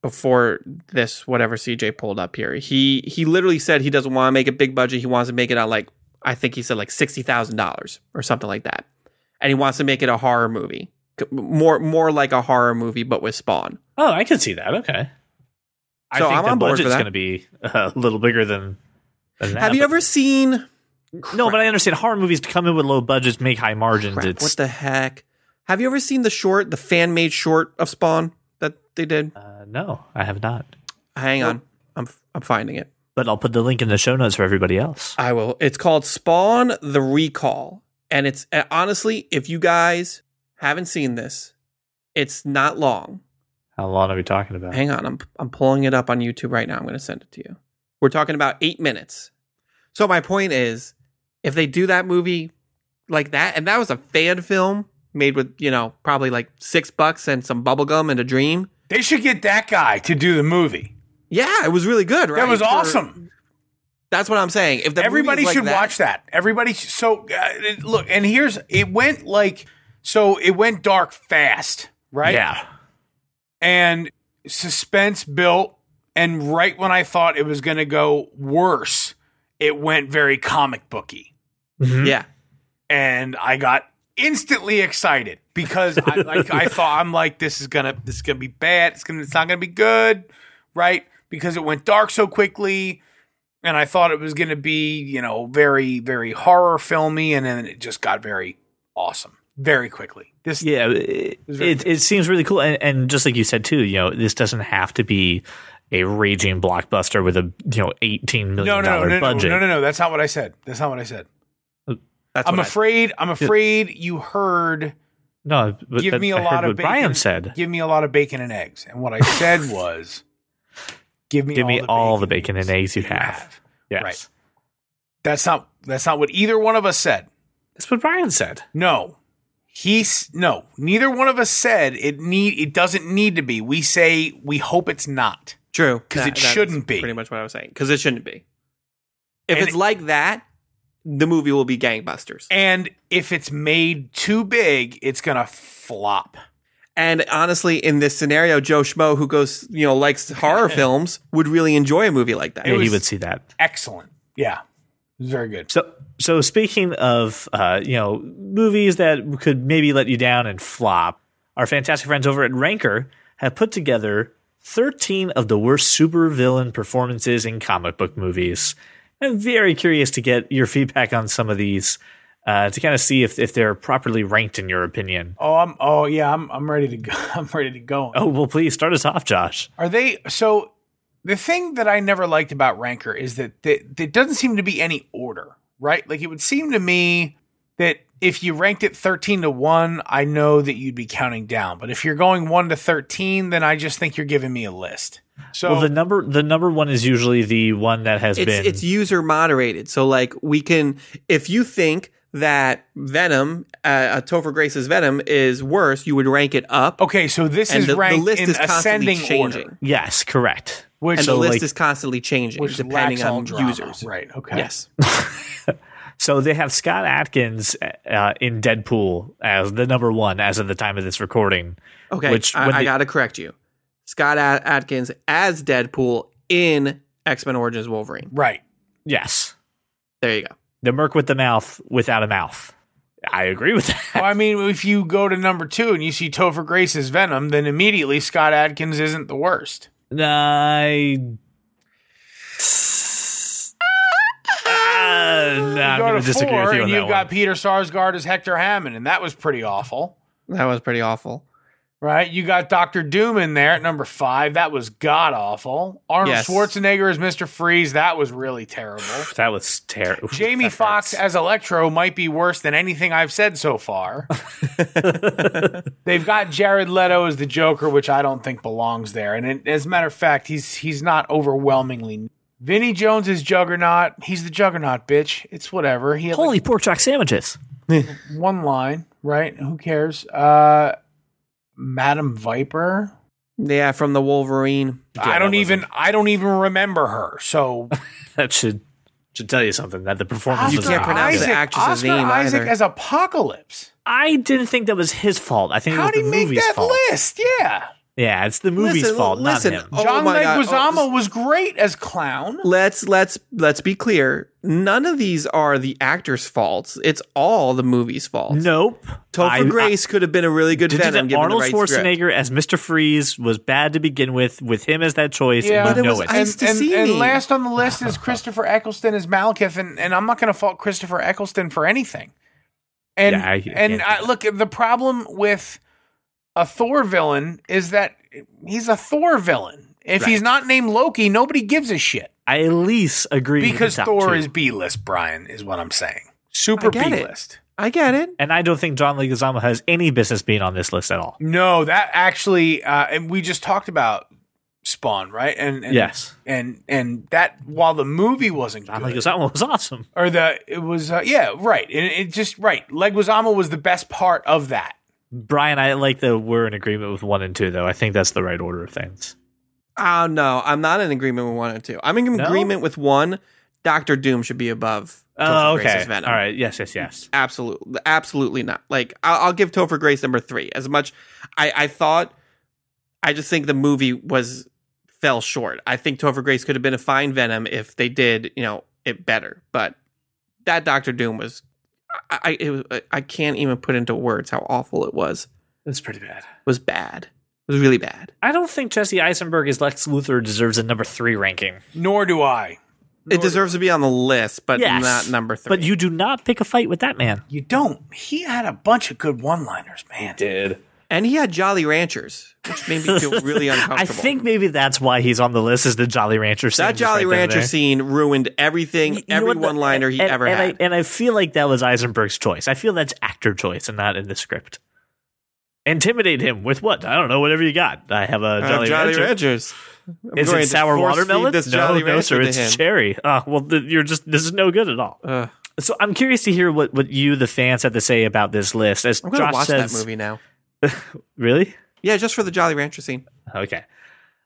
[SPEAKER 2] before this whatever CJ pulled up here, he he literally said he doesn't want to make a big budget. He wants to make it out like I think he said like sixty thousand dollars or something like that, and he wants to make it a horror movie, C- more more like a horror movie but with Spawn.
[SPEAKER 1] Oh, I can see that. Okay. I
[SPEAKER 2] So
[SPEAKER 1] think
[SPEAKER 2] I'm
[SPEAKER 1] the
[SPEAKER 2] on board for
[SPEAKER 1] budget's
[SPEAKER 2] that.
[SPEAKER 1] going to be a little bigger than. than that,
[SPEAKER 2] Have you
[SPEAKER 1] but-
[SPEAKER 2] ever seen?
[SPEAKER 1] No, but I understand horror movies to come in with low budgets, make high margins.
[SPEAKER 2] Crap,
[SPEAKER 1] it's
[SPEAKER 2] what the heck? Have you ever seen the short, the fan made short of Spawn that they did?
[SPEAKER 1] uh, no, I have not.
[SPEAKER 2] Hang on, I'm I'm finding it.
[SPEAKER 1] But I'll put the link in the show notes for everybody else.
[SPEAKER 2] I will. It's called Spawn the Recall. And it's uh, honestly, if you guys haven't seen this, it's not long.
[SPEAKER 1] How long are we talking about?
[SPEAKER 2] Hang on, I'm I'm pulling it up on YouTube right now. I'm going to send it to you. We're talking about 8 minutes. So my point is, if they do that movie like that and that was a fan film made with, you know, probably like 6 bucks and some bubblegum and a dream.
[SPEAKER 3] They should get that guy to do the movie.
[SPEAKER 2] Yeah, it was really good, right?
[SPEAKER 3] That was
[SPEAKER 2] For-
[SPEAKER 3] awesome.
[SPEAKER 2] that's what I'm saying. If the movie
[SPEAKER 3] Everybody
[SPEAKER 2] is like
[SPEAKER 3] should
[SPEAKER 2] that-
[SPEAKER 3] watch that. Everybody. sh- So uh, it- look, and here's it went like so it went dark fast, right?
[SPEAKER 1] Yeah.
[SPEAKER 3] and suspense built. And right when I thought it was going to go worse, it went very comic booky,
[SPEAKER 1] Mhm.
[SPEAKER 2] Yeah.
[SPEAKER 3] and I got instantly excited because I, like I thought I'm like this is gonna this is gonna be bad. It's gonna it's not gonna be good, right? Because it went dark so quickly, and I thought it was gonna be you know very very horror filmy, and then it just got very awesome very quickly. This
[SPEAKER 1] Yeah, it,
[SPEAKER 3] was very
[SPEAKER 1] it, it seems really cool, and, and just like you said too, you know, this doesn't have to be a raging blockbuster with a you know eighteen
[SPEAKER 3] no
[SPEAKER 1] million
[SPEAKER 3] no
[SPEAKER 1] dollar
[SPEAKER 3] no no, no
[SPEAKER 1] budget. Uh,
[SPEAKER 3] no no no that's not what I said. That's not what I said.
[SPEAKER 2] That's
[SPEAKER 3] I'm
[SPEAKER 2] what I-
[SPEAKER 3] afraid. I'm afraid you heard.
[SPEAKER 1] no, but
[SPEAKER 3] Give
[SPEAKER 1] that-
[SPEAKER 3] me a
[SPEAKER 1] I heard
[SPEAKER 3] lot of
[SPEAKER 1] what
[SPEAKER 3] bacon.
[SPEAKER 1] Brian said.
[SPEAKER 3] Give me a lot of bacon and eggs. And what I said was, give me
[SPEAKER 1] Give
[SPEAKER 3] all
[SPEAKER 1] me
[SPEAKER 3] the
[SPEAKER 1] all
[SPEAKER 3] bacon
[SPEAKER 1] the bacon and eggs you have. Yes,
[SPEAKER 3] Right. That's not. That's not what either one of us said.
[SPEAKER 1] that's what Brian said.
[SPEAKER 3] No, he's no. Neither one of us said it. Need it doesn't need to be. We say we hope it's not.
[SPEAKER 2] True,
[SPEAKER 3] 'Cause
[SPEAKER 2] That-
[SPEAKER 3] it
[SPEAKER 2] that is
[SPEAKER 3] shouldn't be.
[SPEAKER 2] Pretty much what I was saying. Because it shouldn't be. If
[SPEAKER 3] And-
[SPEAKER 2] it's like that, the movie will be gangbusters.
[SPEAKER 3] And if it's made too big, it's gonna flop.
[SPEAKER 2] And honestly, in this scenario, Joe Schmo, who goes, you know, likes horror films, would really enjoy a movie like that.
[SPEAKER 1] Yeah, he
[SPEAKER 3] was-
[SPEAKER 1] would see that.
[SPEAKER 3] Excellent. Yeah, it was very good.
[SPEAKER 1] So, so speaking of uh, you know movies that could maybe let you down and flop, our fantastic friends over at Ranker have put together 13 of the worst supervillain performances in comic book movies. I'm very curious to get your feedback on some of these uh, to kind of see if if they're properly ranked in your opinion.
[SPEAKER 3] Oh, I'm. Oh, yeah. I'm. I'm ready to go. I'm ready to go.
[SPEAKER 1] Oh well, please start us off, Josh.
[SPEAKER 3] Are they so? The thing that I never liked about Ranker is that th- there doesn't seem to be any order, right? Like it would seem to me that if you ranked it 13 to 1, I know that you'd be counting down. But if you're going 1 to 13, then I just think you're giving me a list. So
[SPEAKER 1] Well, the number the number one is usually the one that has
[SPEAKER 2] It's
[SPEAKER 1] been
[SPEAKER 2] it's user moderated, so like we can, if you think that Venom, uh, uh, Topher Grace's Venom, is worse, you would rank it up.
[SPEAKER 3] okay, so this
[SPEAKER 2] and
[SPEAKER 3] Oh, is
[SPEAKER 2] the, the
[SPEAKER 3] ranked
[SPEAKER 2] list
[SPEAKER 3] in
[SPEAKER 2] is constantly
[SPEAKER 3] ascending
[SPEAKER 2] changing,
[SPEAKER 3] order,
[SPEAKER 1] yes, correct.
[SPEAKER 3] which
[SPEAKER 2] and
[SPEAKER 1] So,
[SPEAKER 2] the list
[SPEAKER 1] like-
[SPEAKER 2] is constantly changing
[SPEAKER 3] which
[SPEAKER 2] depending
[SPEAKER 3] lacks all
[SPEAKER 2] on
[SPEAKER 3] drama.
[SPEAKER 2] users.
[SPEAKER 3] right? Okay,
[SPEAKER 2] Yes.
[SPEAKER 1] So they have Scott Atkins uh, in Deadpool as the number one as of the time of this recording.
[SPEAKER 2] Okay,
[SPEAKER 1] Which
[SPEAKER 2] I,
[SPEAKER 1] when
[SPEAKER 2] I
[SPEAKER 1] they-
[SPEAKER 2] gotta correct you. Scott Ad- Adkins as Deadpool in X Men Origins Wolverine.
[SPEAKER 3] right.
[SPEAKER 1] Yes,
[SPEAKER 2] There you go.
[SPEAKER 1] the Merc with the mouth without a mouth. I agree with that.
[SPEAKER 3] Well, I mean, if you go to number two and you see Topher Grace's Venom, then immediately Scott Adkins isn't the worst.
[SPEAKER 1] I. Uh, no, I'm
[SPEAKER 3] you go
[SPEAKER 1] going
[SPEAKER 3] to
[SPEAKER 1] to disagree
[SPEAKER 3] four,
[SPEAKER 1] with you on
[SPEAKER 3] and
[SPEAKER 1] that
[SPEAKER 3] you've
[SPEAKER 1] one.
[SPEAKER 3] got Peter Sarsgaard as Hector Hammond, and that was pretty awful.
[SPEAKER 2] That was pretty awful.
[SPEAKER 3] Right? You got Doctor Doom in there at number five. That was god awful. Arnold
[SPEAKER 2] Yes.
[SPEAKER 3] Schwarzenegger as Mr. Freeze. That was really terrible.
[SPEAKER 1] That was terrible.
[SPEAKER 3] Jamie Foxx as Electro might be worse than anything I've said so far. They've got Jared Leto as the Joker, which I don't think belongs there. And it, as a matter of fact, he's he's not overwhelmingly. Vinny Jones is Juggernaut. He's the Juggernaut, bitch. It's whatever. He had like,
[SPEAKER 1] Holy pork chock sandwiches.
[SPEAKER 3] one line, right? Who cares? Uh, Madam Viper.
[SPEAKER 2] Yeah, from the Wolverine.
[SPEAKER 3] I don't even I don't even remember her. So
[SPEAKER 1] That should should tell you something. That the performance
[SPEAKER 2] You
[SPEAKER 1] was
[SPEAKER 2] can't
[SPEAKER 1] not
[SPEAKER 2] pronounce
[SPEAKER 1] good.
[SPEAKER 2] the actress's
[SPEAKER 3] Oscar
[SPEAKER 2] name
[SPEAKER 3] Isaac
[SPEAKER 2] either.
[SPEAKER 3] as Apocalypse.
[SPEAKER 1] I didn't think that was his fault. I think
[SPEAKER 3] How
[SPEAKER 1] it
[SPEAKER 3] did
[SPEAKER 1] was the
[SPEAKER 3] he make
[SPEAKER 1] movie's
[SPEAKER 3] that
[SPEAKER 1] fault.
[SPEAKER 3] list? Yeah.
[SPEAKER 1] Yeah, it's the movie's
[SPEAKER 2] Listen,
[SPEAKER 1] fault,
[SPEAKER 2] listen.
[SPEAKER 1] not him.
[SPEAKER 2] Oh
[SPEAKER 3] John
[SPEAKER 2] my God.
[SPEAKER 3] Leguizamo
[SPEAKER 2] Oh,
[SPEAKER 3] was great as clown.
[SPEAKER 2] Let's let's let's be clear. None of these are the actor's faults. It's all the movie's fault.
[SPEAKER 1] Nope.
[SPEAKER 2] Topher
[SPEAKER 1] I- I-
[SPEAKER 2] Grace could have been a really good
[SPEAKER 1] Did you
[SPEAKER 2] Venom
[SPEAKER 1] that
[SPEAKER 2] given the
[SPEAKER 1] Arnold
[SPEAKER 2] right script.
[SPEAKER 1] Schwarzenegger as Mr. Freeze was bad to begin with, with him as that choice,
[SPEAKER 3] Yeah.
[SPEAKER 1] and
[SPEAKER 3] But
[SPEAKER 1] you
[SPEAKER 3] it
[SPEAKER 1] know
[SPEAKER 2] was
[SPEAKER 1] it.
[SPEAKER 2] Ice
[SPEAKER 3] And, and,
[SPEAKER 2] Dissini.
[SPEAKER 3] and last on the list is Christopher Eccleston as Malekith, and, and I'm not going to fault Christopher Eccleston for anything. And
[SPEAKER 1] Yeah, I- I can't
[SPEAKER 3] and
[SPEAKER 1] do
[SPEAKER 3] I,
[SPEAKER 1] that.
[SPEAKER 3] look, the problem with a Thor villain is that he's a Thor villain. If he's not named Loki, nobody gives a shit
[SPEAKER 1] I at least agree with the
[SPEAKER 3] because
[SPEAKER 1] top
[SPEAKER 3] Thor
[SPEAKER 1] two.
[SPEAKER 3] is B list. Brian is what I'm saying. Super
[SPEAKER 2] I get
[SPEAKER 3] B
[SPEAKER 2] it.
[SPEAKER 3] list.
[SPEAKER 2] I get it.
[SPEAKER 1] and I don't think John Leguizamo has any business being on this list at all.
[SPEAKER 3] No, that actually, uh, and we just talked about Spawn, right? And, and
[SPEAKER 1] Yes.
[SPEAKER 3] and and that while the movie wasn't
[SPEAKER 1] John
[SPEAKER 3] good,
[SPEAKER 1] Leguizamo was awesome.
[SPEAKER 3] or the it was uh, yeah right it, it just right Leguizamo was the best part of that
[SPEAKER 1] Brian, I like that we're in agreement with one and two, though. I think that's the right order of things.
[SPEAKER 2] Oh no, I'm not in agreement with one and two. I'm in
[SPEAKER 1] No?
[SPEAKER 2] agreement with one. Doctor Doom should be above. Topher
[SPEAKER 1] oh,
[SPEAKER 2] Grace's
[SPEAKER 1] okay.
[SPEAKER 2] Venom.
[SPEAKER 1] All right. Yes, yes, yes.
[SPEAKER 2] absolutely absolutely not like I'll, I'll give topher grace number three as much i i thought i just think the movie was fell short i think topher grace could have been a fine venom if they did you know it better but that dr doom was i i, it was, I can't even put into words how awful it was
[SPEAKER 1] That's pretty bad.
[SPEAKER 2] it was bad it was really bad
[SPEAKER 1] I don't think Jesse Eisenberg as Lex Luthor deserves a number three ranking.
[SPEAKER 3] nor do I
[SPEAKER 2] it deserves to be on the list but
[SPEAKER 1] Yes,
[SPEAKER 2] not number three
[SPEAKER 1] But you do not pick a fight with that man.
[SPEAKER 3] you don't he had a bunch of good one liners man
[SPEAKER 1] Did.
[SPEAKER 2] and he had jolly ranchers which made me feel really uncomfortable
[SPEAKER 1] I think maybe that's why he's on the list is the Jolly Rancher scene.
[SPEAKER 2] That
[SPEAKER 1] just
[SPEAKER 2] Jolly
[SPEAKER 1] right then and
[SPEAKER 2] Rancher
[SPEAKER 1] there.
[SPEAKER 2] scene ruined everything,
[SPEAKER 1] You know
[SPEAKER 2] every
[SPEAKER 1] what the-
[SPEAKER 2] one liner he
[SPEAKER 1] and-
[SPEAKER 2] ever
[SPEAKER 1] and
[SPEAKER 2] had.
[SPEAKER 1] I, and I feel like that was Eisenberg's choice. I feel that's actor choice and not in the script. Intimidate him with what? I don't know. Whatever you got. I have a
[SPEAKER 2] Uh,
[SPEAKER 1] Jolly, Rancher.
[SPEAKER 2] Ranchers. I'm
[SPEAKER 1] Is
[SPEAKER 2] going
[SPEAKER 1] it
[SPEAKER 2] to
[SPEAKER 1] sour
[SPEAKER 2] force feed
[SPEAKER 1] watermelon?
[SPEAKER 2] This
[SPEAKER 1] no,
[SPEAKER 2] Jolly
[SPEAKER 1] no, sir.
[SPEAKER 2] Rancher to
[SPEAKER 1] It's
[SPEAKER 2] him.
[SPEAKER 1] cherry. Ah, well, th- you're just this is no good at all.
[SPEAKER 2] Ugh.
[SPEAKER 1] So I'm curious to hear what, what you, the fans, have to say about this list. As
[SPEAKER 2] I'm going
[SPEAKER 1] Josh
[SPEAKER 2] to watch
[SPEAKER 1] says,
[SPEAKER 2] that movie now.
[SPEAKER 1] really?
[SPEAKER 2] Yeah, just for the Jolly Rancher scene.
[SPEAKER 1] Okay.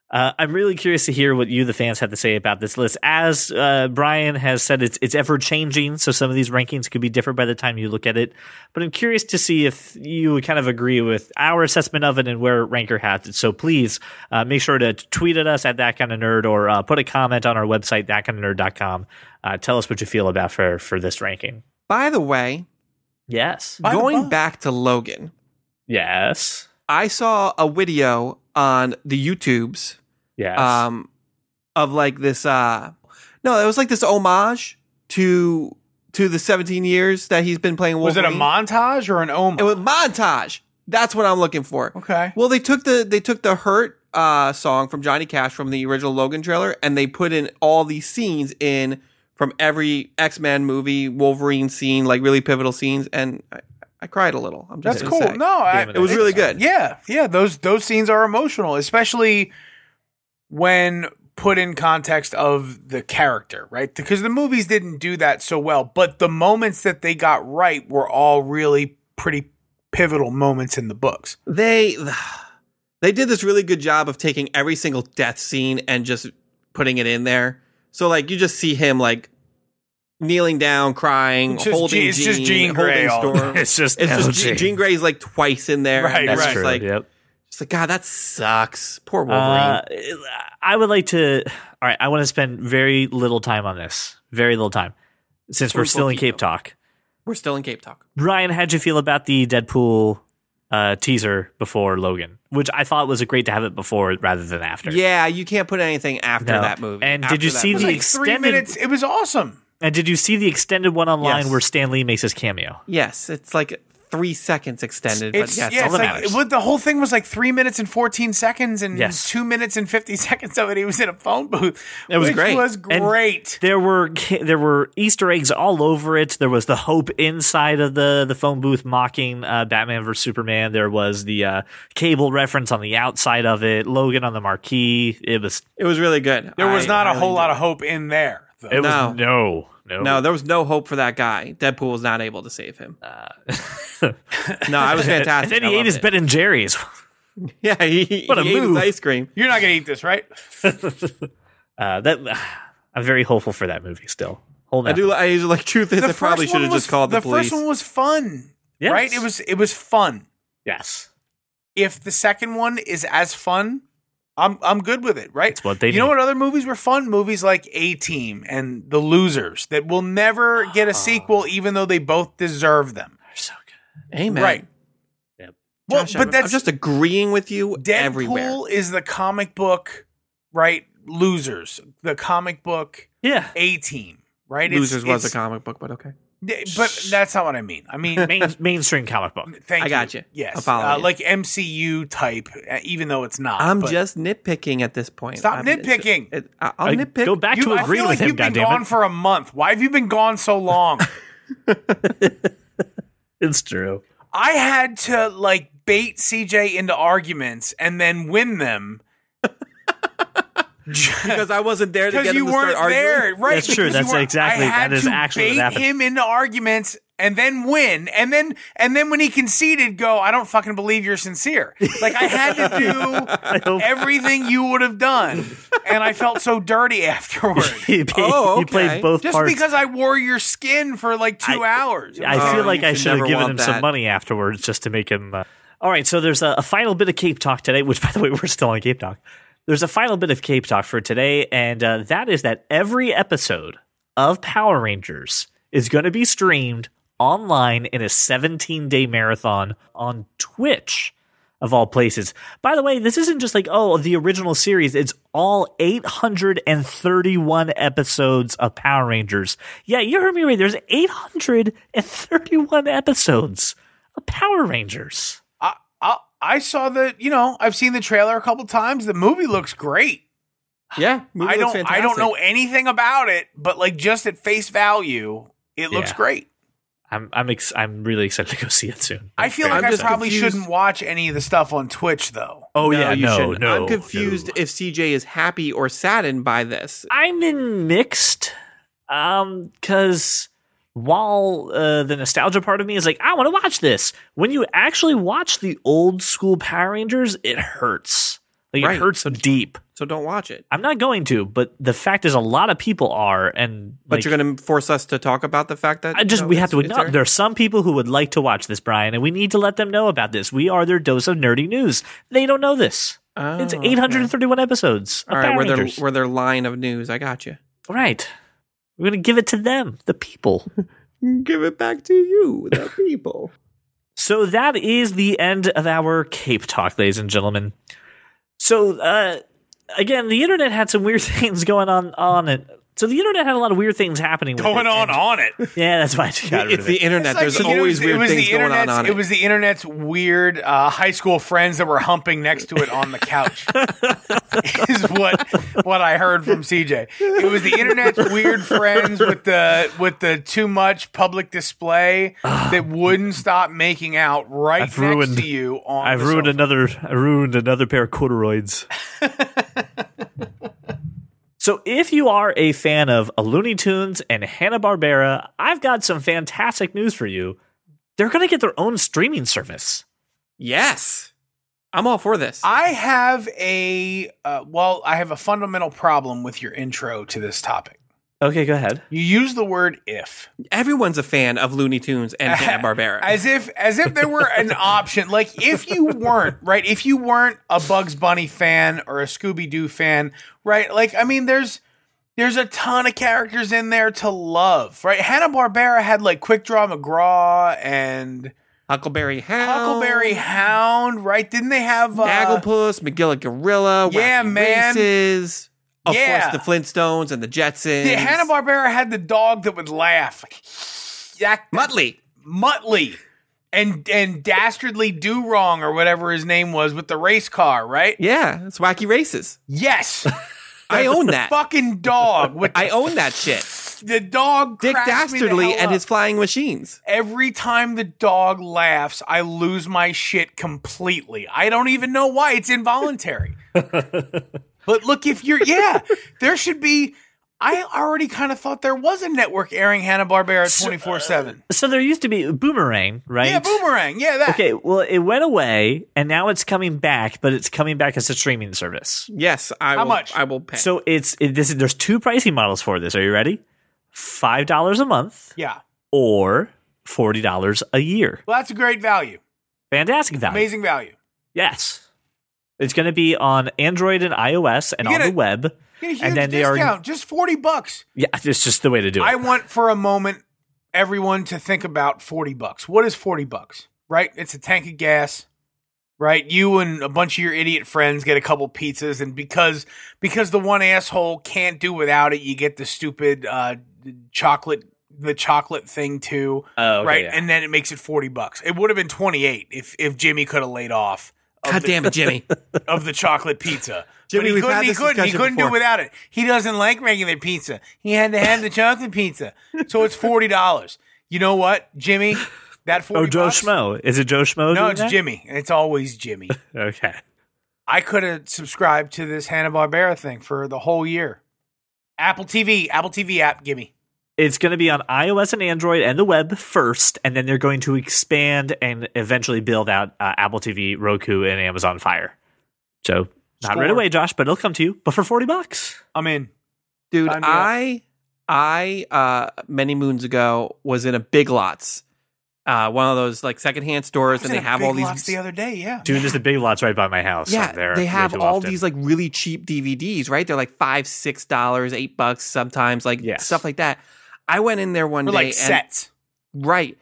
[SPEAKER 1] Uh, I'm really curious to hear what you, the fans, have to say about this list. As uh, Brian has said, it's it's ever changing, so some of these rankings could be different by the time you look at it. But I'm curious to see if you kind of agree with our assessment of it and where Ranker has it. So please uh, make sure to tweet at us at that kind of nerd or uh, put a comment on our website thatkindofnerd.com. Uh, tell us what you feel about for for this ranking.
[SPEAKER 2] By the way,
[SPEAKER 1] Yes.
[SPEAKER 3] By the
[SPEAKER 2] going
[SPEAKER 3] by.
[SPEAKER 2] back to Logan,
[SPEAKER 1] Yes.
[SPEAKER 2] I saw a video on the YouTubes
[SPEAKER 1] Yes.
[SPEAKER 2] um, of like this. Uh, no, it was like this homage to to the 17 years that he's been playing
[SPEAKER 3] was it
[SPEAKER 2] Wolverine.
[SPEAKER 3] a montage or an
[SPEAKER 2] It
[SPEAKER 3] omen
[SPEAKER 2] was montage. That's what I'm looking for.
[SPEAKER 3] okay
[SPEAKER 2] Well, they took the they took the hurt uh, song from Johnny Cash from the original Logan trailer, and they put in all these scenes in from every X Men movie, Wolverine scene, like really pivotal scenes, and I, I cried a little. I'm just
[SPEAKER 3] that's cool
[SPEAKER 2] gonna say.
[SPEAKER 3] no I,
[SPEAKER 1] Damn
[SPEAKER 2] it was really good.
[SPEAKER 3] yeah yeah those those scenes are emotional especially when put in context of the character right because the movies didn't do that so well but the moments that they got right were all really pretty pivotal moments in the books
[SPEAKER 2] They they did this really good job of taking every single death scene and just putting it in there. So like you just see him like kneeling down, crying,
[SPEAKER 3] It's just
[SPEAKER 2] holding
[SPEAKER 3] Jean- it's just Jean Grey all-
[SPEAKER 2] holding Storm.
[SPEAKER 1] it's just
[SPEAKER 2] It's just
[SPEAKER 1] LG.
[SPEAKER 2] Jean, Jean Grey's like twice in there.
[SPEAKER 3] Right,
[SPEAKER 2] and
[SPEAKER 1] That's
[SPEAKER 2] it's
[SPEAKER 3] right.
[SPEAKER 2] just
[SPEAKER 1] true.
[SPEAKER 2] Like,
[SPEAKER 1] yep.
[SPEAKER 2] It's like, God, that sucks. Poor Wolverine.
[SPEAKER 1] Uh, I would like to. All right, I want to spend very little time on this. Very little time, since we're still in Cape Talk.
[SPEAKER 2] We're still in Cape Talk.
[SPEAKER 1] Ryan, how'd you feel about the Deadpool uh, teaser before Logan? Which I thought was great to have it before rather than after.
[SPEAKER 2] Yeah, you can't put anything after
[SPEAKER 1] No.
[SPEAKER 2] that movie.
[SPEAKER 1] And did
[SPEAKER 2] After
[SPEAKER 1] you
[SPEAKER 2] that
[SPEAKER 1] see
[SPEAKER 3] it was
[SPEAKER 2] movie-
[SPEAKER 1] the
[SPEAKER 3] like three
[SPEAKER 1] extended-
[SPEAKER 3] minutes it was awesome
[SPEAKER 1] And did you see the extended one online
[SPEAKER 2] Yes.
[SPEAKER 1] where Stan Lee makes his cameo?
[SPEAKER 2] Yes, it's like three seconds extended.
[SPEAKER 3] It's,
[SPEAKER 2] but yes,
[SPEAKER 3] yeah,
[SPEAKER 2] all
[SPEAKER 3] it's
[SPEAKER 2] that
[SPEAKER 3] like
[SPEAKER 2] matters.
[SPEAKER 3] what the whole thing was like three minutes and fourteen seconds, and
[SPEAKER 1] Yes.
[SPEAKER 3] two minutes and fifty seconds of it. He was in a phone booth.
[SPEAKER 2] It was
[SPEAKER 3] which
[SPEAKER 2] great.
[SPEAKER 3] Was
[SPEAKER 1] And-
[SPEAKER 3] great.
[SPEAKER 1] There were there were Easter eggs all over it. There was the hope inside of the the phone booth mocking uh, Batman versus Superman. There was the uh, cable reference on the outside of it. Logan on the marquee. It was
[SPEAKER 2] it was really good.
[SPEAKER 3] there was
[SPEAKER 2] I
[SPEAKER 3] not a
[SPEAKER 2] highly
[SPEAKER 3] whole
[SPEAKER 2] enjoyed
[SPEAKER 3] lot of hope in there. though.
[SPEAKER 1] it
[SPEAKER 2] No.
[SPEAKER 1] was no no
[SPEAKER 2] it. No, there was no hope for that guy. Deadpool was not able to save him.
[SPEAKER 3] Uh,
[SPEAKER 2] no, I was
[SPEAKER 1] And
[SPEAKER 2] fantastic.
[SPEAKER 1] then
[SPEAKER 2] I
[SPEAKER 1] he ate
[SPEAKER 2] loved
[SPEAKER 1] his
[SPEAKER 2] it.
[SPEAKER 1] Ben and Jerry's.
[SPEAKER 2] Yeah, he, he
[SPEAKER 1] What a
[SPEAKER 2] ate
[SPEAKER 1] move.
[SPEAKER 2] his ice cream.
[SPEAKER 3] You're not gonna eat this, right?
[SPEAKER 1] Uh, that I'm very hopeful for that movie still. Hold
[SPEAKER 2] I
[SPEAKER 1] on.
[SPEAKER 2] do. I usually like truth is, I
[SPEAKER 3] first
[SPEAKER 2] probably should
[SPEAKER 3] one
[SPEAKER 2] have just
[SPEAKER 3] was-
[SPEAKER 2] called the, police.
[SPEAKER 3] first one was fun,
[SPEAKER 1] Yes.
[SPEAKER 3] right? It was it was fun.
[SPEAKER 1] yes.
[SPEAKER 3] If the second one is as fun, I'm I'm good with it, right?
[SPEAKER 1] That's what they
[SPEAKER 3] you know
[SPEAKER 1] need.
[SPEAKER 3] what other movies were fun? Movies like A Team and The Losers that will never get a sequel,
[SPEAKER 2] Ah.
[SPEAKER 3] even though they both deserve them.
[SPEAKER 1] They're so good.
[SPEAKER 2] Amen.
[SPEAKER 3] Right.
[SPEAKER 1] Yep.
[SPEAKER 3] Well,
[SPEAKER 2] Josh,
[SPEAKER 3] but
[SPEAKER 2] I'm-
[SPEAKER 3] that's
[SPEAKER 2] I'm just agreeing with you
[SPEAKER 3] Deadpool
[SPEAKER 2] everywhere.
[SPEAKER 3] is the comic book, right? Losers, the comic book
[SPEAKER 1] Yeah.
[SPEAKER 3] A Team, right? It's-
[SPEAKER 2] Losers was a
[SPEAKER 3] it's-
[SPEAKER 2] comic book, but okay.
[SPEAKER 3] but that's not what I mean. I mean,
[SPEAKER 1] Main, mainstream comic book.
[SPEAKER 3] thank
[SPEAKER 2] I got you.
[SPEAKER 3] Yes,
[SPEAKER 2] I'm following
[SPEAKER 3] uh,
[SPEAKER 2] you.
[SPEAKER 3] like MCU type, uh, even though it's not.
[SPEAKER 2] I'm
[SPEAKER 3] but-
[SPEAKER 2] just nitpicking at this point.
[SPEAKER 3] Stop
[SPEAKER 2] I'm-
[SPEAKER 3] nitpicking.
[SPEAKER 2] It, I, I'll
[SPEAKER 1] I
[SPEAKER 2] nitpick.
[SPEAKER 1] go back
[SPEAKER 3] You,
[SPEAKER 1] to
[SPEAKER 3] I
[SPEAKER 1] agree
[SPEAKER 3] feel
[SPEAKER 1] with
[SPEAKER 3] like
[SPEAKER 1] him.
[SPEAKER 3] you've been
[SPEAKER 1] Goddamn
[SPEAKER 3] gone
[SPEAKER 1] it.
[SPEAKER 3] for a month. Why have you been gone so long?
[SPEAKER 1] It's true.
[SPEAKER 3] I had to like bait CJ into arguments and then win them
[SPEAKER 2] because I wasn't there to
[SPEAKER 3] because
[SPEAKER 2] get him
[SPEAKER 3] you
[SPEAKER 2] to start
[SPEAKER 3] weren't there,
[SPEAKER 2] arguing.
[SPEAKER 3] right?
[SPEAKER 1] That's true.
[SPEAKER 3] because you
[SPEAKER 1] That's
[SPEAKER 3] weren't-
[SPEAKER 1] exactly-
[SPEAKER 3] I had
[SPEAKER 1] that is
[SPEAKER 3] to
[SPEAKER 1] actually what
[SPEAKER 3] bait
[SPEAKER 1] happened.
[SPEAKER 3] him into arguments and then win, and then and then when he conceded, go. I don't fucking believe you're sincere. Like I had to do
[SPEAKER 1] hope-
[SPEAKER 3] everything you would have done, and I felt so dirty afterward.
[SPEAKER 1] He played,
[SPEAKER 2] Oh,
[SPEAKER 1] he played
[SPEAKER 2] okay.
[SPEAKER 1] both
[SPEAKER 3] Just
[SPEAKER 1] parts.
[SPEAKER 3] because I wore your skin for like two hours.
[SPEAKER 1] I feel
[SPEAKER 2] Oh,
[SPEAKER 1] like
[SPEAKER 2] you
[SPEAKER 1] I
[SPEAKER 2] should
[SPEAKER 1] should have
[SPEAKER 2] never
[SPEAKER 1] given
[SPEAKER 2] want
[SPEAKER 1] him
[SPEAKER 2] that.
[SPEAKER 1] some money afterwards just to make him. Uh... All right, so there's a, a final bit of Cape Talk today, which, by the way, we're still on Cape Talk. There's a final bit of Cape Talk for today, and uh, that is that every episode of Power Rangers is going to be streamed online in a 17 day marathon on Twitch. Of all places. By the way, this isn't just like, oh, the original series. It's all 831 episodes of Power Rangers. Yeah, you heard me right. There's 831 episodes of Power Rangers.
[SPEAKER 3] I, I I saw the you know I've seen the trailer a couple times. The movie looks great.
[SPEAKER 2] Yeah, movie
[SPEAKER 3] I
[SPEAKER 2] looks
[SPEAKER 3] don't I don't
[SPEAKER 2] fantastic.
[SPEAKER 3] know anything about it, but like just at face value, it looks
[SPEAKER 1] Yeah.
[SPEAKER 3] great.
[SPEAKER 1] I'm I'm ex- I'm really excited to go see it soon.
[SPEAKER 3] I feel like
[SPEAKER 2] I'm
[SPEAKER 3] i
[SPEAKER 2] just
[SPEAKER 3] probably
[SPEAKER 2] confused.
[SPEAKER 3] shouldn't watch any of the stuff on Twitch though.
[SPEAKER 1] Oh
[SPEAKER 2] No,
[SPEAKER 1] yeah,
[SPEAKER 2] you
[SPEAKER 1] no,
[SPEAKER 2] shouldn't.
[SPEAKER 1] no.
[SPEAKER 2] I'm confused
[SPEAKER 1] no.
[SPEAKER 2] if CJ is happy or saddened by this.
[SPEAKER 1] I'm in mixed, um, because while uh, the nostalgia part of me is like, I want to watch this. When you actually watch the old school Power Rangers, it hurts. Like
[SPEAKER 2] Right.
[SPEAKER 1] it hurts deep.
[SPEAKER 2] So don't watch it.
[SPEAKER 1] I'm not going to, but the fact is, a lot of people are, and
[SPEAKER 2] But
[SPEAKER 1] like,
[SPEAKER 2] you're going to force us to talk about the fact that
[SPEAKER 1] I just
[SPEAKER 2] no,
[SPEAKER 1] we have to
[SPEAKER 2] it's- it's
[SPEAKER 1] acknowledge there are some people who would like to watch this, Brian, and we need to let them know about this. We are their dose of nerdy news. They don't know this.
[SPEAKER 2] Oh,
[SPEAKER 1] it's
[SPEAKER 2] okay.
[SPEAKER 1] 831 episodes. of
[SPEAKER 2] All right,
[SPEAKER 1] Power
[SPEAKER 2] we're their,
[SPEAKER 1] Rangers.
[SPEAKER 2] we're their line of news. I got you.
[SPEAKER 1] right. We're gonna give it to them, the people.
[SPEAKER 3] Mm,
[SPEAKER 2] Give it back to you, the people.
[SPEAKER 1] So that is the end of our Cape Talk, ladies and gentlemen. So uh, again, the internet had some weird things going on on it. So the internet had a lot of weird things happening. with it,
[SPEAKER 3] Going
[SPEAKER 1] and-
[SPEAKER 3] on on it.
[SPEAKER 1] Yeah, that's why I got rid
[SPEAKER 2] It's
[SPEAKER 1] of
[SPEAKER 2] the
[SPEAKER 1] it.
[SPEAKER 2] internet.
[SPEAKER 3] It's like
[SPEAKER 2] There's
[SPEAKER 3] the-
[SPEAKER 2] always
[SPEAKER 3] it was- it
[SPEAKER 2] weird
[SPEAKER 3] was
[SPEAKER 2] things
[SPEAKER 3] the
[SPEAKER 2] going on
[SPEAKER 3] internet's-
[SPEAKER 2] on it.
[SPEAKER 3] it. was the internet's weird uh, high school friends that were humping next to it on the couch. is what what I heard from CJ. It was the internet's weird friends with the with the too much public display
[SPEAKER 2] Ah.
[SPEAKER 3] that wouldn't stop making out right
[SPEAKER 1] I've
[SPEAKER 3] next
[SPEAKER 1] ruined-
[SPEAKER 3] to you. On
[SPEAKER 1] I've
[SPEAKER 3] the
[SPEAKER 1] ruined
[SPEAKER 3] sofa.
[SPEAKER 1] another. I ruined another pair of corduroys. so, if you are a fan of Looney Tunes and Hanna Barbera, I've got some fantastic news for you. They're going to get their own streaming service.
[SPEAKER 2] yes, I'm all for this.
[SPEAKER 3] I have a uh, well, I have a fundamental problem with your intro to this topic.
[SPEAKER 1] Okay, go ahead.
[SPEAKER 3] You use the word if.
[SPEAKER 2] Everyone's a fan of Looney Tunes and Hanna Barbera.
[SPEAKER 3] As if as if there were an option. Like if you weren't, right? If you weren't a Bugs Bunny fan or a Scooby Doo fan, right? Like I mean there's there's a ton of characters in there to love, right? Hanna Barbera had like Quick Draw McGraw and
[SPEAKER 2] Huckleberry Hound,
[SPEAKER 3] Huckleberry Hound, right? Didn't they have uh,
[SPEAKER 2] Snagglepuss, McGillicuddy,
[SPEAKER 3] Yeah,
[SPEAKER 2] Wacky
[SPEAKER 3] man.
[SPEAKER 2] Races, of
[SPEAKER 3] Yeah.
[SPEAKER 2] course the Flintstones and the Jetsons.
[SPEAKER 3] Yeah, Hanna Barbera had the dog that would laugh. That
[SPEAKER 2] Muttley.
[SPEAKER 3] Muttley. and and dastardly do wrong or whatever his name was with the race car, right?
[SPEAKER 2] Yeah, it's wacky races.
[SPEAKER 3] Yes,
[SPEAKER 2] I own that.
[SPEAKER 3] fucking dog. With
[SPEAKER 2] I own that shit.
[SPEAKER 3] the dog,
[SPEAKER 2] Dick
[SPEAKER 3] cracks me the
[SPEAKER 2] Dastardly
[SPEAKER 3] hell
[SPEAKER 2] and
[SPEAKER 3] up.
[SPEAKER 2] his flying machines.
[SPEAKER 3] Every time the dog laughs, I lose my shit completely. I don't even know why. It's involuntary. but look, if you're, yeah, there should be. I already kind of thought there was a network airing Hanna Barbera twenty four seven.
[SPEAKER 1] So there used to be Boomerang,
[SPEAKER 2] uh,
[SPEAKER 1] right?
[SPEAKER 3] Yeah, boomerang. Yeah, that.
[SPEAKER 1] Okay, well, it went away, and now it's coming back, but it's coming back as a streaming service.
[SPEAKER 2] Yes, I
[SPEAKER 3] How
[SPEAKER 2] will,
[SPEAKER 3] much?
[SPEAKER 2] I will pay.
[SPEAKER 1] So it's it, this. is- There's two pricing models for this. Are you ready? Five dollars a month
[SPEAKER 3] Yeah.
[SPEAKER 1] or forty dollars a year.
[SPEAKER 3] Well, that's a great value.
[SPEAKER 1] Fantastic value.
[SPEAKER 3] Amazing value.
[SPEAKER 1] Yes, it's going to be on Android and iOS and
[SPEAKER 3] You
[SPEAKER 1] on
[SPEAKER 3] get
[SPEAKER 1] the
[SPEAKER 3] a-
[SPEAKER 1] web.
[SPEAKER 3] Get a huge
[SPEAKER 1] And then they are-
[SPEAKER 3] discount, just forty bucks.
[SPEAKER 1] Yeah, it's just the way to do it.
[SPEAKER 3] I want for a moment everyone to think about 40 bucks. What is 40 bucks? Right? It's a tank of gas. Right? You and a bunch of your idiot friends get a couple pizzas and because because the one asshole can't do without it, you get the stupid uh chocolate the chocolate thing too,
[SPEAKER 1] oh, okay,
[SPEAKER 3] right?
[SPEAKER 1] yeah.
[SPEAKER 3] And then it makes it 40 bucks. It would have been 28 if if Jimmy could have laid off of
[SPEAKER 2] God
[SPEAKER 3] the-
[SPEAKER 2] damn it, Jimmy.
[SPEAKER 3] of the chocolate pizza.
[SPEAKER 2] Jimmy,
[SPEAKER 3] but he
[SPEAKER 2] we've
[SPEAKER 3] couldn't,
[SPEAKER 2] had
[SPEAKER 3] he
[SPEAKER 2] this
[SPEAKER 3] couldn't, he
[SPEAKER 2] discussion
[SPEAKER 3] couldn't do
[SPEAKER 2] before.
[SPEAKER 3] without it. He doesn't like regular pizza. He had to have the chocolate pizza. So it's forty dollars. You know what, Jimmy?
[SPEAKER 1] oh,
[SPEAKER 3] That forty.
[SPEAKER 1] Joe
[SPEAKER 3] bucks-
[SPEAKER 1] Schmo. Is it Joe Schmo?
[SPEAKER 3] No,
[SPEAKER 1] doing
[SPEAKER 3] it's
[SPEAKER 1] that?
[SPEAKER 3] Jimmy. It's always Jimmy.
[SPEAKER 1] Okay.
[SPEAKER 3] I could have subscribed to this Hanna Barbera thing for the whole year. Apple TV, Apple TV app, gimme.
[SPEAKER 1] it's going to be on iOS and Android and the web first, and then they're going to expand and eventually build out uh, Apple TV, Roku, and Amazon Fire. So not right
[SPEAKER 3] Score.
[SPEAKER 1] away, Josh, but it'll come to you. But for forty bucks,
[SPEAKER 3] I'm in.
[SPEAKER 2] Dude,
[SPEAKER 3] Sign me up.
[SPEAKER 2] I I uh many moons ago was in a Big Lots. Uh one of those like secondhand stores and they have all these
[SPEAKER 3] the other day. Yeah,
[SPEAKER 1] dude, there's a big lots right by my house.
[SPEAKER 2] Yeah,
[SPEAKER 1] I'm there
[SPEAKER 2] they
[SPEAKER 1] way
[SPEAKER 2] have
[SPEAKER 1] too
[SPEAKER 2] all
[SPEAKER 1] often.
[SPEAKER 2] these like really cheap DVDs, right? They're like 5, 6 dollars, 8 bucks sometimes, like
[SPEAKER 1] Yes.
[SPEAKER 2] stuff like that. I went in there one
[SPEAKER 3] for
[SPEAKER 2] day
[SPEAKER 3] like
[SPEAKER 2] and
[SPEAKER 3] sets.
[SPEAKER 2] Right.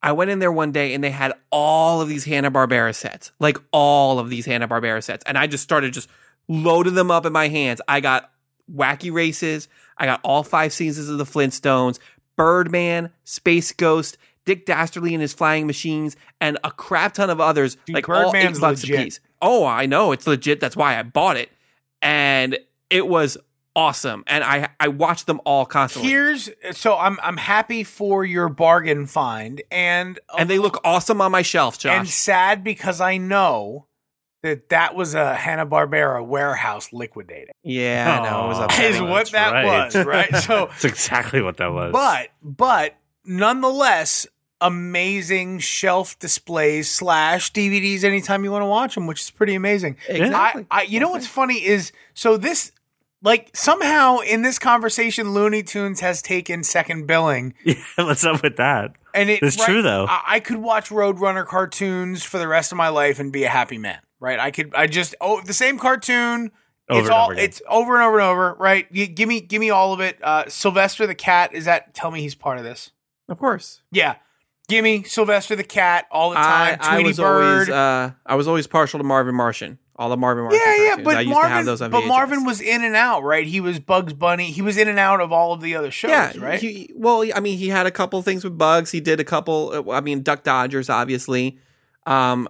[SPEAKER 2] I went in there one day and they had all of these Hanna Barbera sets, like all of these Hanna Barbera sets, and I just started just loading them up in my hands. I got Wacky Races, I got all five seasons of the Flintstones, Birdman, Space Ghost, Dick Dastardly and his flying machines, and a crap ton of others,
[SPEAKER 3] Dude,
[SPEAKER 2] like all
[SPEAKER 3] Birdman's
[SPEAKER 2] eight bucks
[SPEAKER 3] legit.
[SPEAKER 2] a piece. Oh, I know it's legit. That's why I bought it, and it was awesome. And I I watched them all constantly,
[SPEAKER 3] Here's so I'm I'm happy for your bargain find and
[SPEAKER 2] and they look awesome on my shelf, Josh.
[SPEAKER 3] and sad because I know that that was a Hanna Barbera warehouse liquidated.
[SPEAKER 2] Yeah, I know. It was
[SPEAKER 1] Aw.
[SPEAKER 2] upsetting.
[SPEAKER 3] Is
[SPEAKER 1] Oh, that's
[SPEAKER 3] what that
[SPEAKER 1] right.
[SPEAKER 3] was, right? So,
[SPEAKER 1] That's exactly what that was.
[SPEAKER 3] but but nonetheless, amazing shelf displays slash DVDs anytime you want to watch them, which is pretty amazing.
[SPEAKER 2] Exactly.
[SPEAKER 3] I, I you know what's funny is so this like somehow in this conversation, Looney Tunes has taken second billing
[SPEAKER 1] yeah, what's up with that?
[SPEAKER 3] And it,
[SPEAKER 1] It's true, though.
[SPEAKER 3] I, I could watch Roadrunner cartoons for the rest of my life and be a happy man, right? I could, I just, oh, the same cartoon.
[SPEAKER 1] Over
[SPEAKER 3] it's
[SPEAKER 1] and
[SPEAKER 3] all,
[SPEAKER 1] over again.
[SPEAKER 3] it's over and over and over, right? You, give me, give me all of it. Uh, Sylvester the cat is that? Tell me he's part of this.
[SPEAKER 2] of course.
[SPEAKER 3] Yeah, give me Sylvester the cat all the
[SPEAKER 2] I,
[SPEAKER 3] time.
[SPEAKER 2] I
[SPEAKER 3] Tweety
[SPEAKER 2] was
[SPEAKER 3] Bird.
[SPEAKER 2] always uh, I was always partial to Marvin Martian. All the Marvin Martian.
[SPEAKER 3] yeah, yeah,
[SPEAKER 2] cartoons. I
[SPEAKER 3] but
[SPEAKER 2] used to have
[SPEAKER 3] Marvin,
[SPEAKER 2] those on
[SPEAKER 3] but
[SPEAKER 2] VHS.
[SPEAKER 3] Marvin was in and out, right? He was Bugs Bunny. He was in and out of all of the other shows,
[SPEAKER 2] yeah,
[SPEAKER 3] right?
[SPEAKER 2] he- well, I mean, he had a couple things with bugs. He did a couple. I mean, Duck Dodgers, obviously. Um,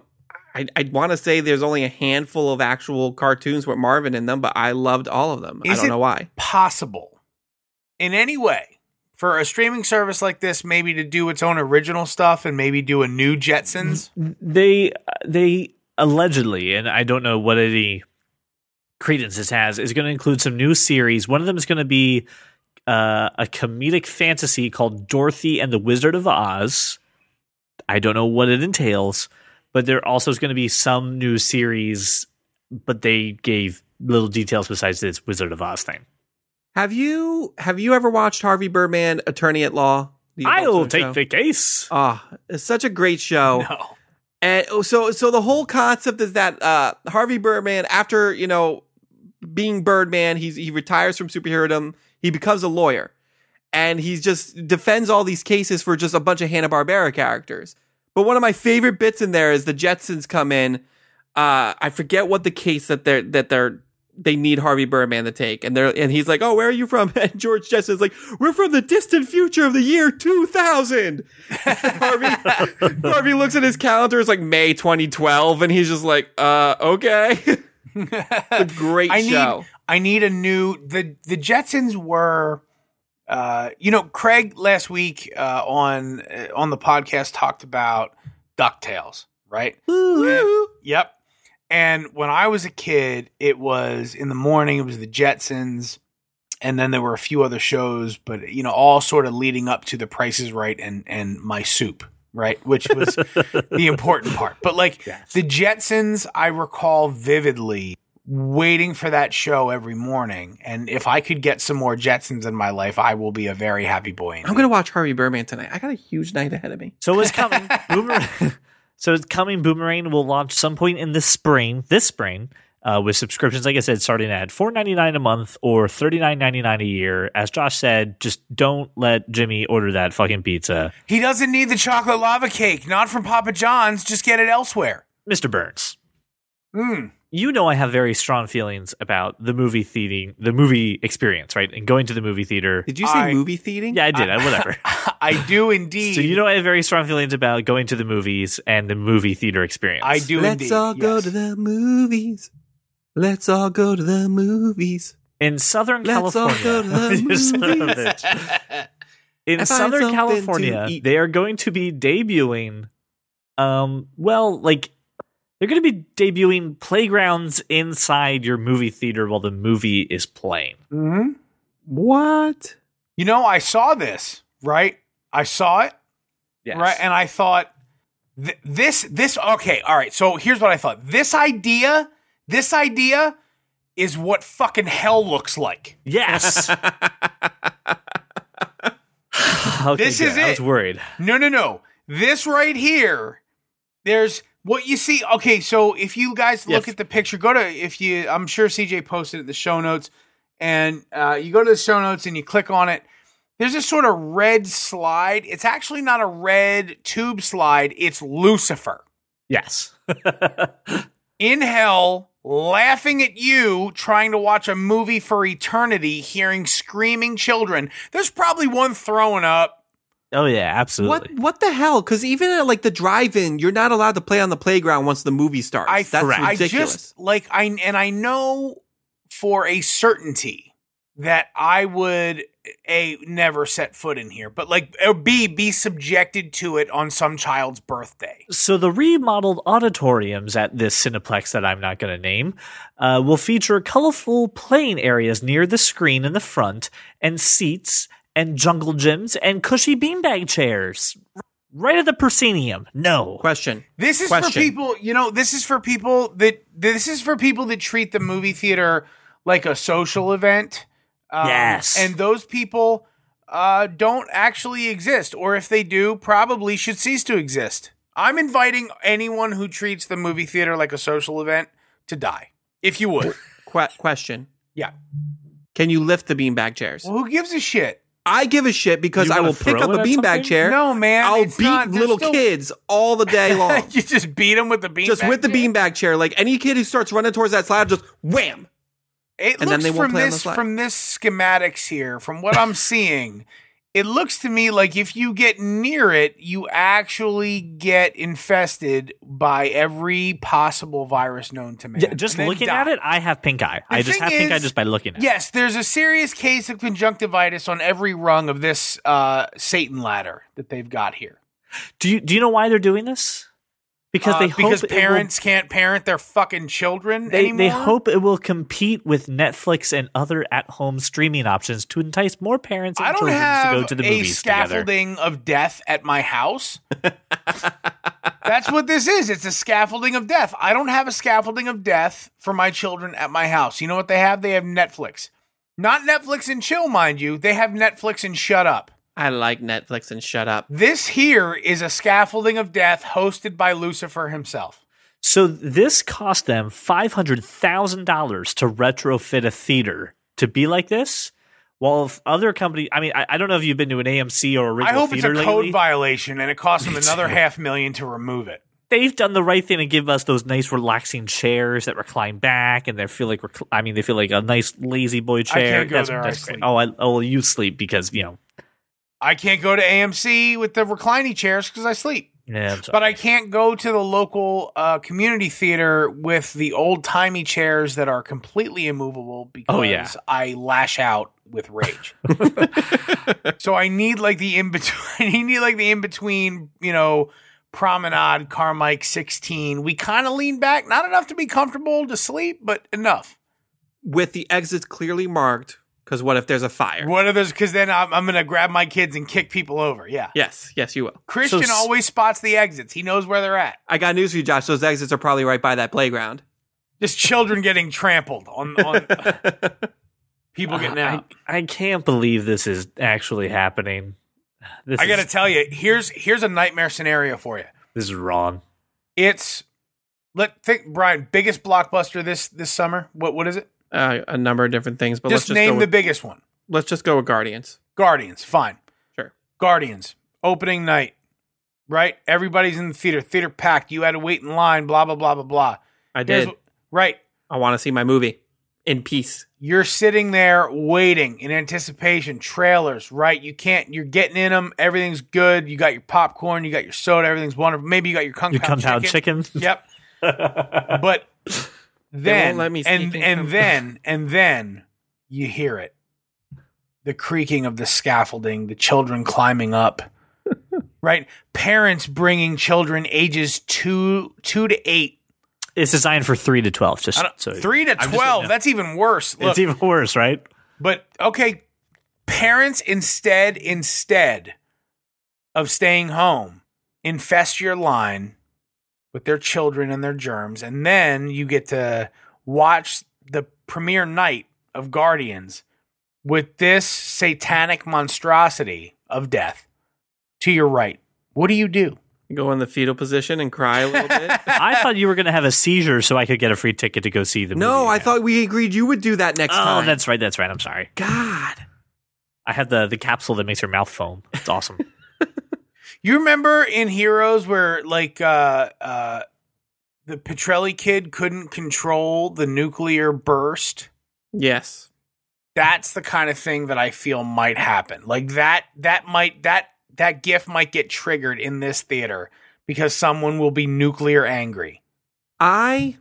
[SPEAKER 2] I I want to say there's only a handful of actual cartoons with Marvin in them, but I loved all of them. I
[SPEAKER 3] Is
[SPEAKER 2] don't
[SPEAKER 3] it-
[SPEAKER 2] know why.
[SPEAKER 3] possible in any way for a streaming service like this maybe to do its own original stuff and maybe do a new Jetsons?
[SPEAKER 1] they they allegedly, and I don't know what any credence this has, is going to include some new series. One of them is going to be uh, a comedic fantasy called Dorothy and the Wizard of Oz. I don't know what it entails, but there also is going to be some new series, but they gave little details besides this Wizard of Oz thing.
[SPEAKER 2] Have you have you ever watched Harvey Birdman, Attorney at Law? The
[SPEAKER 1] I'll
[SPEAKER 2] Adult Swim
[SPEAKER 1] take
[SPEAKER 2] show?
[SPEAKER 1] the case.
[SPEAKER 2] Ah, it's such a great show.
[SPEAKER 3] No.
[SPEAKER 2] And oh, so so the whole concept is that uh, Harvey Birdman, after you know being Birdman, he's he retires from superherodom. He becomes a lawyer, and he just defends all these cases for just a bunch of Hanna Barbera characters. But one of my favorite bits in there is the Jetsons come in. Uh, I forget what the case that they're that they're they need Harvey Birdman to take, and they're and he's like, "Oh, where are you from?" And George Jessup's like, "We're from the distant future of the year 2000." Harvey Harvey looks at his calendar; it's like May 2012, and he's just like, "Uh, okay."
[SPEAKER 3] the
[SPEAKER 2] great
[SPEAKER 3] I
[SPEAKER 2] show.
[SPEAKER 3] Need, I need a new the the Jetsons were uh you know Craig last week uh on uh, on the podcast talked about DuckTales, right? Yep. And when I was a kid, it was in the morning, it was the Jetsons, and then there were a few other shows, but you know, all sort of leading up to the Price is Right and and My Soup, right? Which was the important part. But like the Jetsons, I recall vividly waiting for that show every morning. And if I could get some more Jetsons in my life, I will be a very happy boy.
[SPEAKER 2] I'm gonna watch Harvey Birdman tonight. I got a huge night ahead of me.
[SPEAKER 1] So it's coming. Boomerang. so it's coming. Boomerang will launch some point in the spring. This spring. Uh, with subscriptions, like I said, starting at four ninety nine a month or thirty nine ninety nine a year. As Josh said, just don't let Jimmy order that fucking pizza,
[SPEAKER 3] He doesn't need the chocolate lava cake, not from Papa John's, just get it elsewhere.
[SPEAKER 1] Mister Burns.
[SPEAKER 3] Mm.
[SPEAKER 1] you know I have very strong feelings about the movie theating, the movie experience, right? And going to the movie theater.
[SPEAKER 2] Did you say
[SPEAKER 3] I-
[SPEAKER 2] movie theating?
[SPEAKER 1] Yeah, I did. I, whatever.
[SPEAKER 3] I do indeed.
[SPEAKER 1] so you know I have very strong feelings about going to the movies and the movie theater experience.
[SPEAKER 3] I do
[SPEAKER 2] Let's
[SPEAKER 3] indeed.
[SPEAKER 2] all go
[SPEAKER 3] yes.
[SPEAKER 2] to the movies. Let's all go to the movies.
[SPEAKER 1] in Southern
[SPEAKER 2] Let's all
[SPEAKER 1] California.
[SPEAKER 2] go to the
[SPEAKER 1] You son of a
[SPEAKER 2] movies.
[SPEAKER 1] bitch. in
[SPEAKER 2] I
[SPEAKER 1] Southern
[SPEAKER 2] find something to
[SPEAKER 1] California,
[SPEAKER 2] eat.
[SPEAKER 1] they are going to be debuting. Um, well, like they're going to be debuting playgrounds inside your movie theater while the movie is playing.
[SPEAKER 3] Mhm.
[SPEAKER 2] What?
[SPEAKER 3] You know, I saw this right. I saw it
[SPEAKER 1] Yes.
[SPEAKER 3] right, and I thought th- this, this. Okay, all right. So here's what I thought. This idea, this idea, is what fucking hell looks like.
[SPEAKER 1] Yes. okay,
[SPEAKER 3] This
[SPEAKER 1] good.
[SPEAKER 3] is
[SPEAKER 1] I
[SPEAKER 3] it.
[SPEAKER 1] was worried.
[SPEAKER 3] No, no, no. This right here, there's what you see. Okay, so if you guys look
[SPEAKER 2] Yes.
[SPEAKER 3] at the picture, go to if you. I'm sure CJ posted it in the show notes, and uh, you go to the show notes and you click on it. There's this sort of red slide. It's actually not a red tube slide. It's Lucifer
[SPEAKER 1] Yes.
[SPEAKER 3] in hell laughing at you trying to watch a movie for eternity hearing screaming children there's probably one throwing up
[SPEAKER 1] oh yeah, absolutely.
[SPEAKER 2] What what the hell? Because even at like the drive-in, you're not allowed to play on the playground once the movie starts.
[SPEAKER 3] I
[SPEAKER 2] That's
[SPEAKER 1] Correct.
[SPEAKER 3] I
[SPEAKER 2] ridiculous.
[SPEAKER 3] just like I and I know for a certainty that I would a never set foot in here, but like or b be subjected to it on some child's birthday.
[SPEAKER 1] So the remodeled auditoriums at this Cineplex that I'm not going to name uh, will feature colorful playing areas near the screen in the front, and seats, and jungle gyms, and cushy beanbag chairs. Right at the proscenium. No.
[SPEAKER 2] Question.
[SPEAKER 3] This is for
[SPEAKER 2] Question.
[SPEAKER 3] people, you know. This is for people that this is for people that treat the movie theater like a social event. Um,
[SPEAKER 1] Yes.
[SPEAKER 3] and those people uh, don't actually exist, or if they do, probably should cease to exist. I'm inviting anyone who treats the movie theater like a social event to die, if you would.
[SPEAKER 2] Que- question.
[SPEAKER 3] yeah.
[SPEAKER 2] Can you lift the beanbag chairs?
[SPEAKER 3] Well, who gives a shit?
[SPEAKER 2] I give a shit because
[SPEAKER 1] You
[SPEAKER 2] I
[SPEAKER 1] wanna
[SPEAKER 2] will pick
[SPEAKER 1] throw
[SPEAKER 2] up a
[SPEAKER 1] it at something?
[SPEAKER 2] beanbag chair.
[SPEAKER 3] No, man.
[SPEAKER 2] I'll
[SPEAKER 3] it's
[SPEAKER 2] beat
[SPEAKER 3] not- they're
[SPEAKER 2] little
[SPEAKER 3] still-
[SPEAKER 2] kids all the day long.
[SPEAKER 3] you just beat them with the bean.
[SPEAKER 2] just with the
[SPEAKER 3] bean.
[SPEAKER 2] beanbag chair. Like any kid who starts running towards that slide, just wham.
[SPEAKER 3] It
[SPEAKER 2] And then
[SPEAKER 3] looks
[SPEAKER 2] they won't
[SPEAKER 3] from
[SPEAKER 2] play on the
[SPEAKER 3] this
[SPEAKER 2] slide.
[SPEAKER 3] from this schematics here, from what I'm seeing, it looks to me like if you get near it, you actually get infested by every possible virus known to man.
[SPEAKER 1] Yeah, just
[SPEAKER 3] and then
[SPEAKER 1] looking
[SPEAKER 3] die.
[SPEAKER 1] at it, I have pink eye.
[SPEAKER 3] The
[SPEAKER 1] I just
[SPEAKER 3] thing
[SPEAKER 1] have pink eye
[SPEAKER 3] is-
[SPEAKER 1] just by looking at it.
[SPEAKER 3] Yes, there's a serious case of conjunctivitis on every rung of this uh, Satan ladder that they've got here.
[SPEAKER 1] Do you do you know why they're doing this? Because
[SPEAKER 3] Uh,
[SPEAKER 1] they hope
[SPEAKER 3] because
[SPEAKER 1] it will-
[SPEAKER 3] parents can't parent their fucking children
[SPEAKER 1] they,
[SPEAKER 3] anymore.
[SPEAKER 1] they hope it will compete with Netflix and other at home streaming options to entice more parents and
[SPEAKER 3] I don't
[SPEAKER 1] children
[SPEAKER 3] have
[SPEAKER 1] to go to the
[SPEAKER 3] a
[SPEAKER 1] movies together.
[SPEAKER 3] scaffolding of death at my house. That's what this is. It's a scaffolding of death. I don't have a scaffolding of death for my children at my house. You know what they have? They have Netflix. Not Netflix and chill, mind you. They have Netflix and shut up.
[SPEAKER 2] I like Netflix and shut up.
[SPEAKER 3] This here is a scaffolding of death hosted by Lucifer himself.
[SPEAKER 1] So this cost them five hundred thousand dollars to retrofit a theater to be like this. While if other company, I mean, I, I don't know if you've been to an AMC or original
[SPEAKER 3] I hope it's a
[SPEAKER 1] theater
[SPEAKER 3] code
[SPEAKER 1] lately.
[SPEAKER 3] violation and it costs them
[SPEAKER 1] Me
[SPEAKER 3] another
[SPEAKER 1] too.
[SPEAKER 3] half million to remove it.
[SPEAKER 1] they've done the right thing to give us those nice relaxing chairs that recline back and they feel like recl- I mean they feel like a nice lazy boy chair.
[SPEAKER 3] can't go
[SPEAKER 1] that's,
[SPEAKER 3] there, I
[SPEAKER 1] that's great.
[SPEAKER 3] sleep.
[SPEAKER 1] Oh, I, oh, well, you sleep because you know.
[SPEAKER 3] I can't go to AMC with the reclining chairs because I sleep.
[SPEAKER 1] Yeah, I'm sorry.
[SPEAKER 3] But I can't go to the local uh, community theater with the old timey chairs that are completely immovable because
[SPEAKER 1] Oh, yeah.
[SPEAKER 3] I lash out with rage. so I need like the in between. I need like the in between. You know, promenade Carmike sixteen. We kind of lean back, not enough to be comfortable to sleep, but enough.
[SPEAKER 2] with the exits clearly marked. Because what if there's a fire?
[SPEAKER 3] What are those? Because then I'm, I'm gonna grab my kids and kick people over. Yeah,
[SPEAKER 2] Yes, yes, you will.
[SPEAKER 3] Christian
[SPEAKER 1] s-
[SPEAKER 3] always spots the exits. He knows where they're at.
[SPEAKER 2] I got news for you, Josh. Those exits are probably right by that playground.
[SPEAKER 3] Just children getting trampled on on people getting out.
[SPEAKER 1] I, I can't believe this is actually happening. This
[SPEAKER 3] I gotta
[SPEAKER 1] is,
[SPEAKER 3] tell you, here's here's a nightmare scenario for you.
[SPEAKER 1] this is wrong.
[SPEAKER 3] It's let think Brian biggest blockbuster this this summer. What what is it?
[SPEAKER 2] uh, a number of different things, but
[SPEAKER 3] just,
[SPEAKER 2] let's just
[SPEAKER 3] name
[SPEAKER 2] go
[SPEAKER 3] the
[SPEAKER 2] with,
[SPEAKER 3] biggest one.
[SPEAKER 2] let's just go with Guardians.
[SPEAKER 3] Guardians. Fine.
[SPEAKER 2] Sure.
[SPEAKER 3] Guardians opening night. Right. Everybody's in the theater. Theater packed. You had to wait in line. Blah blah blah blah blah.
[SPEAKER 2] I
[SPEAKER 3] Here's
[SPEAKER 2] did.
[SPEAKER 3] wh- right.
[SPEAKER 2] I want to see my movie in peace.
[SPEAKER 3] you're sitting there waiting in anticipation trailers right you can't you're getting in them everything's good you got your popcorn you got your soda everything's wonderful maybe you got your kung,
[SPEAKER 1] You
[SPEAKER 3] pao
[SPEAKER 1] come down chicken.
[SPEAKER 3] yep but then
[SPEAKER 2] won't let me
[SPEAKER 3] and
[SPEAKER 2] sneak in
[SPEAKER 3] and
[SPEAKER 2] Kung Pao.
[SPEAKER 3] then and then you hear it the creaking of the scaffolding the children climbing up right parents bringing children ages 2 2 to 8
[SPEAKER 1] It's designed for three to twelve. Just
[SPEAKER 3] I don't,
[SPEAKER 1] so
[SPEAKER 3] 3 to
[SPEAKER 1] just-
[SPEAKER 3] 12 that's even worse Look,
[SPEAKER 1] it's even worse, right?
[SPEAKER 3] but okay, parents instead instead of staying home, infest your line with their children and their germs, and then you get to watch the premiere night of Guardians with this satanic monstrosity of death to your right. What do you do?
[SPEAKER 2] Go in the fetal position and cry a little bit.
[SPEAKER 1] I thought you were gonna have a seizure so I could get a free ticket to go see the movie.
[SPEAKER 2] no, I
[SPEAKER 1] again.
[SPEAKER 2] thought we agreed you would do that next
[SPEAKER 1] Oh,
[SPEAKER 2] time.
[SPEAKER 1] that's right. That's right. I'm sorry.
[SPEAKER 2] God.
[SPEAKER 1] I had the the capsule that makes your mouth foam. It's awesome.
[SPEAKER 3] You remember in Heroes where like uh uh the Petrelli kid couldn't control the nuclear burst?
[SPEAKER 2] Yes.
[SPEAKER 3] that's the kind of thing that I feel might happen. Like that that might that that gif might get triggered in this theater because someone will be nuclear angry.
[SPEAKER 2] I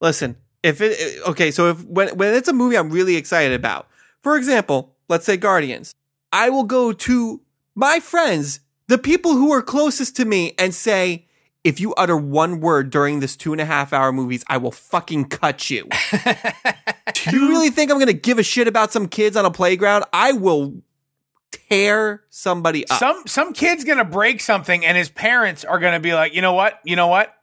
[SPEAKER 2] listen. If it okay, so if when when it's a movie I'm really excited about, for example, let's say Guardians, I will go to my friends, the people who are closest to me, and say, if you utter one word during this two and a half hour movies, I will fucking cut you. Do you really think I'm gonna give a shit about some kids on a playground? I will tear somebody
[SPEAKER 1] Uh,
[SPEAKER 2] up.
[SPEAKER 3] some some kid's gonna break something and his parents are gonna be like, you know what, you know what?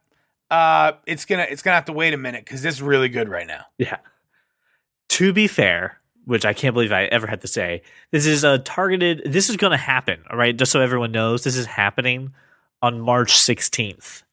[SPEAKER 3] Uh it's gonna it's gonna have to wait a minute because this is really good right now.
[SPEAKER 1] Yeah. To be fair, which I can't believe I ever had to say, this is a targeted. This is going to happen. All right, just so everyone knows, this is happening on March 16th.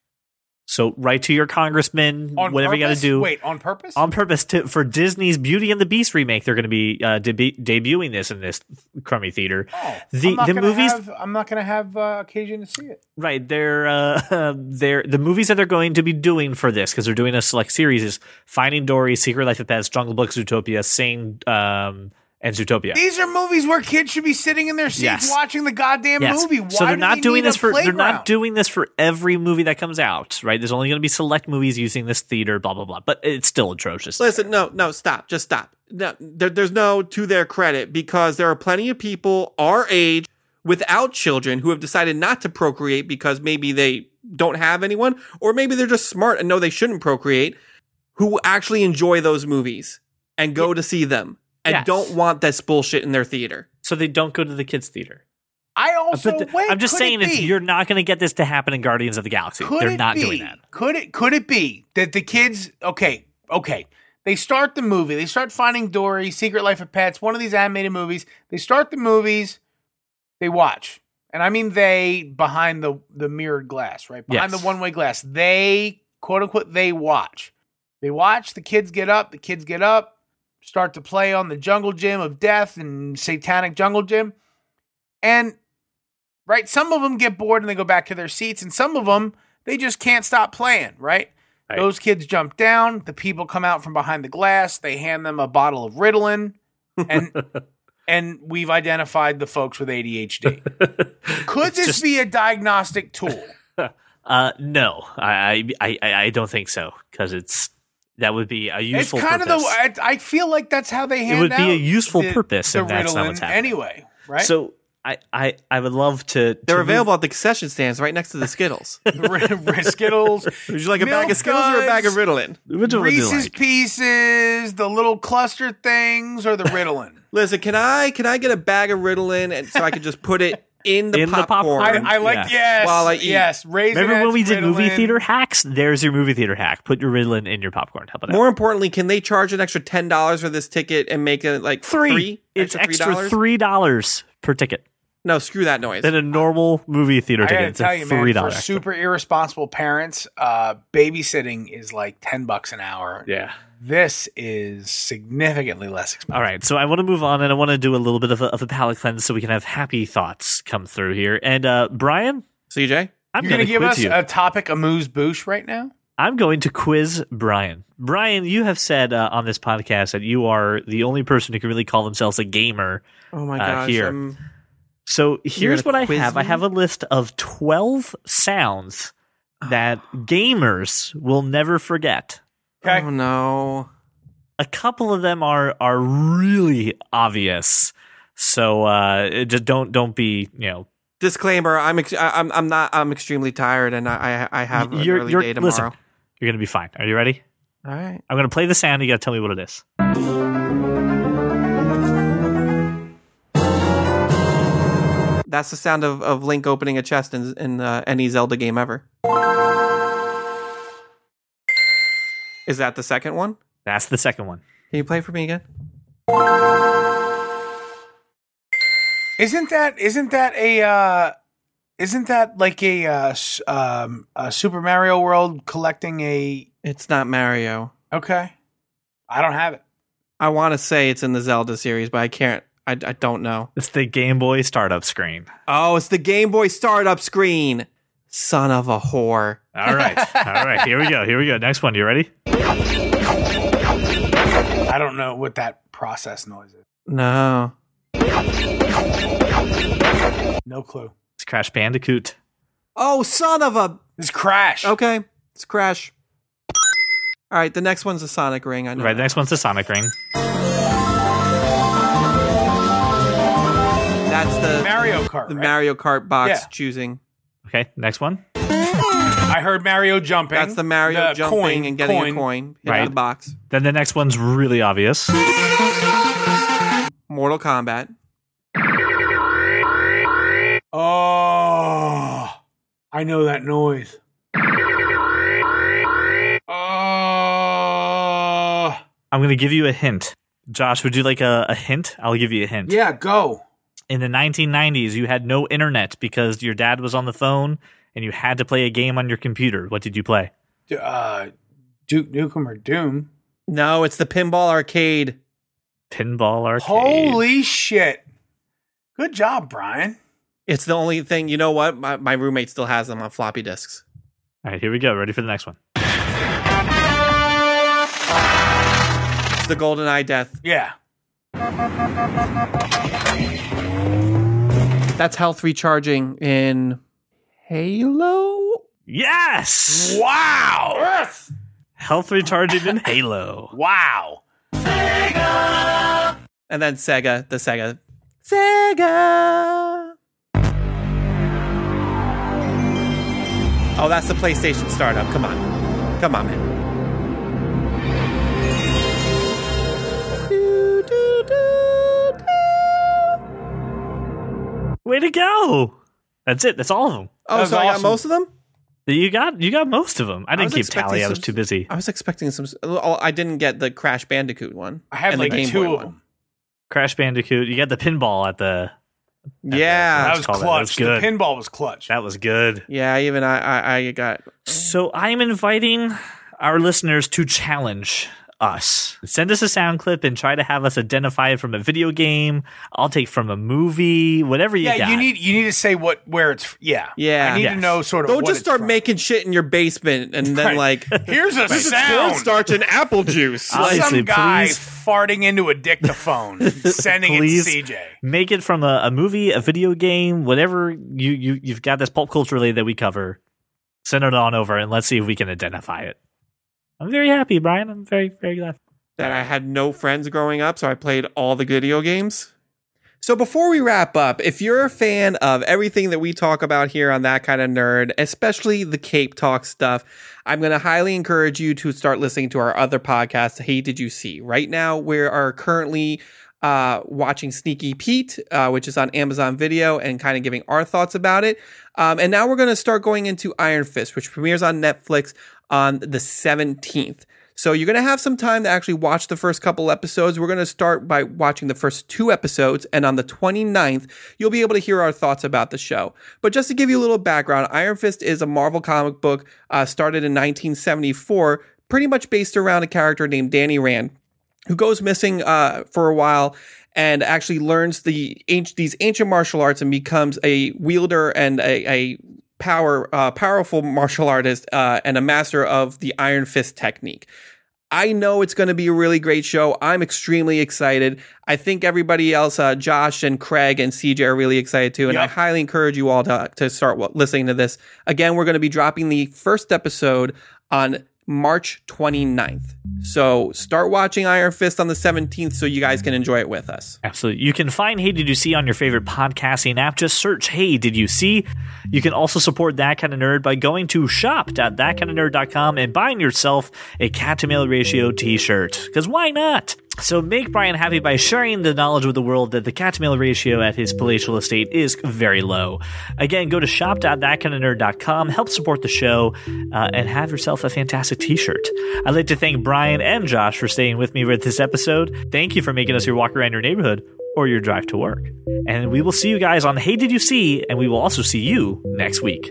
[SPEAKER 1] So write to your congressman,
[SPEAKER 3] On
[SPEAKER 1] whatever you got to
[SPEAKER 3] purpose?
[SPEAKER 1] do. Um,
[SPEAKER 3] Wait, on purpose?
[SPEAKER 1] On purpose to, for Disney's Beauty and the Beast remake, they're going to be uh, debu- debuting this in this crummy theater.
[SPEAKER 3] Oh,
[SPEAKER 1] the-
[SPEAKER 3] I'm not
[SPEAKER 1] the
[SPEAKER 3] gonna
[SPEAKER 1] movies-
[SPEAKER 3] have- I'm not gonna have uh, occasion to see it.
[SPEAKER 1] Right, they're uh, they're the movies that they're going to be doing for this because they're doing a select series is Finding Dory, Secret Life of Pets, Jungle Book, Zootopia, Sing, um, and Zootopia.
[SPEAKER 3] These are movies where kids should be sitting in their seats
[SPEAKER 1] Yes.
[SPEAKER 3] watching the goddamn movie. Why
[SPEAKER 1] so they're
[SPEAKER 3] do
[SPEAKER 1] not
[SPEAKER 3] they
[SPEAKER 1] doing
[SPEAKER 3] need
[SPEAKER 1] this
[SPEAKER 3] a
[SPEAKER 1] for they're
[SPEAKER 3] playground?
[SPEAKER 1] not doing this for every movie that comes out, right? There's only going to be select movies using this theater, blah blah blah. But it's still atrocious.
[SPEAKER 2] Listen, no, no, stop, just stop. No, there, there's no to their credit because there are plenty of people our age without children who have decided not to procreate because maybe they don't have anyone, or maybe they're just smart and know they shouldn't procreate, who actually enjoy those movies and go to see them and
[SPEAKER 1] Yes.
[SPEAKER 2] don't want this bullshit in their theater.
[SPEAKER 1] So they don't go to the kids theater.
[SPEAKER 3] I also
[SPEAKER 1] But th-
[SPEAKER 3] wait.
[SPEAKER 1] I'm just
[SPEAKER 3] could it
[SPEAKER 1] saying it's,
[SPEAKER 3] be-
[SPEAKER 1] you're not going to get this to happen in Guardians of the Galaxy.
[SPEAKER 3] Could
[SPEAKER 1] they're
[SPEAKER 3] it
[SPEAKER 1] not
[SPEAKER 3] be,
[SPEAKER 1] doing that.
[SPEAKER 3] Could it? Could it be that the kids? Okay, okay. They start the movie. They start finding Dory, Secret Life of Pets, one of these animated movies. They start the movies. They watch, and I mean they behind the the mirrored glass, right behind
[SPEAKER 1] Yes.
[SPEAKER 3] the one way glass. They quote unquote they watch. They watch. The kids get up. The kids get up. Start to play on the jungle gym of death and satanic jungle gym, and right, some of them get bored and they go back to their seats, and some of them They just can't stop playing, right?
[SPEAKER 1] Right.
[SPEAKER 3] Those kids jump down. The people come out from behind the glass. They hand them a bottle of Ritalin, and and we've identified the folks with ADHD. Could this
[SPEAKER 1] just-
[SPEAKER 3] be a diagnostic tool?
[SPEAKER 1] Uh, no, I I I, I don't think so because it's that would be a
[SPEAKER 3] It's
[SPEAKER 1] useful.
[SPEAKER 3] kind
[SPEAKER 1] purpose.
[SPEAKER 3] of the. I, I feel like that's how they hand
[SPEAKER 1] would be
[SPEAKER 3] out
[SPEAKER 1] a useful
[SPEAKER 3] the-
[SPEAKER 1] purpose,
[SPEAKER 3] the
[SPEAKER 1] and that's not
[SPEAKER 3] Ritalin
[SPEAKER 1] what's happening.
[SPEAKER 3] anyway, right?
[SPEAKER 1] So I I I would love to. to
[SPEAKER 2] They're
[SPEAKER 1] move-
[SPEAKER 2] available at the concession stands right next to the Skittles. Would
[SPEAKER 3] Skittles,
[SPEAKER 2] you like a bag of
[SPEAKER 3] Milk
[SPEAKER 2] Skittles or a bag of
[SPEAKER 3] duds.
[SPEAKER 2] Ritalin?
[SPEAKER 1] Which one would you
[SPEAKER 3] Reese's
[SPEAKER 1] like?
[SPEAKER 3] Pieces, the little cluster things, or the Ritalin.
[SPEAKER 2] Listen, can I can I get a bag of Ritalin and so I could just put it in the
[SPEAKER 1] In the popcorn.
[SPEAKER 2] popcorn?
[SPEAKER 1] I-
[SPEAKER 3] I, I like yes,
[SPEAKER 2] While I eat.
[SPEAKER 3] yes. Raisin
[SPEAKER 1] Remember when we did movie theater hacks? There's your movie theater hack. Put your Ritalin in your popcorn. How about that?
[SPEAKER 2] More importantly, can they charge an extra ten dollars for this ticket and make it like
[SPEAKER 1] Three.
[SPEAKER 2] free?
[SPEAKER 1] It's extra
[SPEAKER 2] $3?
[SPEAKER 1] three dollars per ticket
[SPEAKER 2] No, screw that noise.
[SPEAKER 1] than a normal movie theater
[SPEAKER 3] I
[SPEAKER 1] ticket.
[SPEAKER 3] gotta
[SPEAKER 1] It's
[SPEAKER 3] tell
[SPEAKER 1] a
[SPEAKER 3] you,
[SPEAKER 1] three
[SPEAKER 3] man, for
[SPEAKER 1] dollars.
[SPEAKER 3] super irresponsible parents, uh, babysitting is like ten bucks an hour.
[SPEAKER 1] Yeah.
[SPEAKER 3] This is significantly less expensive.
[SPEAKER 1] All right, so I want to move on, and I want to do a little bit of a, of a palate cleanse, so we can have happy thoughts come through here. And uh, Brian,
[SPEAKER 2] CJ,
[SPEAKER 1] I'm
[SPEAKER 3] You're gonna,
[SPEAKER 1] going to
[SPEAKER 3] give
[SPEAKER 1] quiz
[SPEAKER 3] us
[SPEAKER 1] you.
[SPEAKER 3] a topic amuse bouche right now?
[SPEAKER 1] I'm going to quiz Brian. Brian, you have said uh, on this podcast that you are the only person who can really call themselves a gamer.
[SPEAKER 2] oh my
[SPEAKER 1] Uh,
[SPEAKER 2] gosh,
[SPEAKER 1] here.
[SPEAKER 2] I'm-
[SPEAKER 1] So here's what
[SPEAKER 2] gonna
[SPEAKER 1] I
[SPEAKER 2] quiz
[SPEAKER 1] have. I
[SPEAKER 2] me?
[SPEAKER 1] have a list of 12 sounds
[SPEAKER 3] Ah.
[SPEAKER 1] that gamers will never forget.
[SPEAKER 3] Okay.
[SPEAKER 2] oh no,
[SPEAKER 1] A couple of them are are really obvious. So uh, just don't don't be, you know,
[SPEAKER 2] disclaimer: I'm ex- I- I'm I'm not I'm extremely tired and I I, I have an
[SPEAKER 1] You're-
[SPEAKER 2] early
[SPEAKER 1] you're-
[SPEAKER 2] day tomorrow.
[SPEAKER 1] listen. you're going to be fine. Are you ready?
[SPEAKER 2] All right,
[SPEAKER 1] I'm going to play the sound. You got to tell me what it is.
[SPEAKER 2] that's the sound of, of Link opening a chest in in uh, any Zelda game ever. Is that the second one?
[SPEAKER 1] That's the second one.
[SPEAKER 2] Can you play it for me again?
[SPEAKER 3] Isn't that isn't that a uh, isn't that like a, uh, s- um, a Super Mario World collecting a
[SPEAKER 2] It's not Mario.
[SPEAKER 3] okay? I don't have it.
[SPEAKER 2] I want to say it's in the Zelda series, but I can't. I, I don't know.
[SPEAKER 1] It's the Game Boy startup screen.
[SPEAKER 2] Oh, it's the Game Boy startup screen. Son of a whore.
[SPEAKER 1] All right. All right. Here we go. Here we go. Next one. You ready?
[SPEAKER 3] I don't know what that process noise is.
[SPEAKER 2] No.
[SPEAKER 3] No clue.
[SPEAKER 1] It's Crash Bandicoot.
[SPEAKER 2] Oh, son of a.
[SPEAKER 3] This crash.
[SPEAKER 2] Okay, it's Crash. All right, the next one's a Sonic ring. I know.
[SPEAKER 1] Right. The next one's the Sonic Ring.
[SPEAKER 2] That's the
[SPEAKER 3] Mario Kart.
[SPEAKER 2] the
[SPEAKER 3] right?
[SPEAKER 2] Mario Kart box
[SPEAKER 3] Yeah.
[SPEAKER 2] choosing.
[SPEAKER 1] Okay. Next one.
[SPEAKER 3] I heard Mario jumping.
[SPEAKER 2] That's the Mario
[SPEAKER 3] The
[SPEAKER 2] jumping
[SPEAKER 3] coin,
[SPEAKER 2] and getting
[SPEAKER 3] coin.
[SPEAKER 2] a coin in
[SPEAKER 1] Right.
[SPEAKER 2] the box.
[SPEAKER 1] Then the next one's really obvious.
[SPEAKER 2] Mortal Kombat.
[SPEAKER 3] Oh, I know that noise. Oh,
[SPEAKER 1] I'm going to give you a hint. Josh, would you like a, a hint? I'll give you a hint.
[SPEAKER 3] yeah, go.
[SPEAKER 1] In the 1990s, you had no internet because your dad was on the phone and you had to play a game on your computer. What did you play?
[SPEAKER 3] D- Uh, Duke Nukem or Doom.
[SPEAKER 2] No, it's the pinball arcade.
[SPEAKER 1] Pinball arcade.
[SPEAKER 3] Holy shit. Good job, Brian.
[SPEAKER 2] It's the only thing. You know what? My, my roommate still has them on floppy disks.
[SPEAKER 1] All right. Here we go. Ready for the next one.
[SPEAKER 2] It's the Golden Eye Death.
[SPEAKER 3] Yeah.
[SPEAKER 2] That's health recharging in Halo.
[SPEAKER 1] Yes.
[SPEAKER 3] Wow.
[SPEAKER 1] Health recharging in Halo.
[SPEAKER 3] Wow.
[SPEAKER 2] And then Sega, the Sega. Sega. Oh, that's the PlayStation startup. Come on. Come on, man. Do, do, do, do.
[SPEAKER 1] Way to go. That's it. That's all of them.
[SPEAKER 2] Oh,
[SPEAKER 3] was
[SPEAKER 2] so I got
[SPEAKER 3] awesome.
[SPEAKER 2] most of them?
[SPEAKER 1] You got you got most of them. I didn't
[SPEAKER 2] was
[SPEAKER 1] keep tally.
[SPEAKER 2] expecting
[SPEAKER 1] I was
[SPEAKER 2] some-
[SPEAKER 1] too busy.
[SPEAKER 2] I was expecting some. Oh, I didn't get the Crash Bandicoot one.
[SPEAKER 3] I have
[SPEAKER 2] and the
[SPEAKER 3] like
[SPEAKER 2] Game Boy
[SPEAKER 3] two of
[SPEAKER 2] one.
[SPEAKER 3] them.
[SPEAKER 1] Crash Bandicoot. You got the pinball at the.
[SPEAKER 2] Yeah.
[SPEAKER 3] That
[SPEAKER 1] Let's
[SPEAKER 3] was
[SPEAKER 1] call
[SPEAKER 3] clutch.
[SPEAKER 1] that. That was good.
[SPEAKER 3] The pinball was clutch.
[SPEAKER 1] That was good.
[SPEAKER 2] Yeah, even I, I, I got.
[SPEAKER 1] So I'm inviting our listeners to challenge us. Send us a sound clip and try to have us identify it from a video game. I'll take from a movie, whatever you
[SPEAKER 3] yeah,
[SPEAKER 1] got.
[SPEAKER 3] you need you need to say what where it's f- yeah.
[SPEAKER 2] Yeah.
[SPEAKER 3] I need
[SPEAKER 1] Yes.
[SPEAKER 3] to know sort of.
[SPEAKER 2] Don't
[SPEAKER 3] what
[SPEAKER 2] just
[SPEAKER 3] it's
[SPEAKER 2] start
[SPEAKER 3] from.
[SPEAKER 2] making shit in your basement and then
[SPEAKER 3] Right.
[SPEAKER 2] like
[SPEAKER 3] Here's a
[SPEAKER 2] this is cornstarch
[SPEAKER 3] sound.
[SPEAKER 2] and apple juice.
[SPEAKER 1] Honestly,
[SPEAKER 2] like,
[SPEAKER 3] Some guy
[SPEAKER 1] please.
[SPEAKER 3] farting into a dictaphone, sending it
[SPEAKER 1] Please.
[SPEAKER 3] to CJ.
[SPEAKER 1] Make it from a, a movie, a video game, whatever you, you you've got this pulp culture related that we cover. Send it on over and let's see if we can identify it. I'm very happy, Brian. I'm very, very glad.
[SPEAKER 2] that I had no friends growing up, so I played all the video games. So before we wrap up, if you're a fan of everything that we talk about here on that kind of nerd, especially the Cape Talk stuff, I'm going to highly encourage you to start listening to our other podcast, Hey Did You See? Right now, we are currently uh, watching Sneaky Pete, uh, which is on Amazon Video, and kind of giving our thoughts about it. Um, and now we're going to start going into Iron Fist, which premieres on Netflix on the 17th. So you're going to have some time to actually watch the first couple episodes. We're going to start by watching the first two episodes. And on the 29th, you'll be able to hear our thoughts about the show. But just to give you a little background, Iron Fist is a Marvel comic book uh, started in 1974, pretty much based around a character named Danny Rand who goes missing uh, for a while and actually learns the anci- these ancient martial arts and becomes a wielder and a, a power uh, powerful martial artist uh, and a master of the iron fist technique. I know it's going to be a really great show. I'm extremely excited. I think everybody else, uh, Josh and Craig and CJ, are really excited too. And I
[SPEAKER 3] Yep.
[SPEAKER 2] highly encourage you all to, to start wa- listening to this. Again, we're going to be dropping the first episode on March 29th. So start watching Iron Fist on the 17th so you guys can enjoy it with us.
[SPEAKER 1] Absolutely. You can find Hey Did You See on your favorite podcasting app. Just search Hey Did You See. You can also support That Kind of Nerd by going to shop.thatkindofnerd.com and buying yourself a cat to male ratio t shirt. Because why not? So make Brian happy by sharing the knowledge with the world that the cat to male ratio at his palatial estate is very low. Again, go to shop.thatkindofnerd.com, help support the show, uh, and have yourself a fantastic t-shirt. I'd like to thank Brian and Josh for staying with me with this episode. Thank you for making us your walk around your neighborhood or your drive to work. And we will see you guys on Hey Did You See, and we will also see you next week.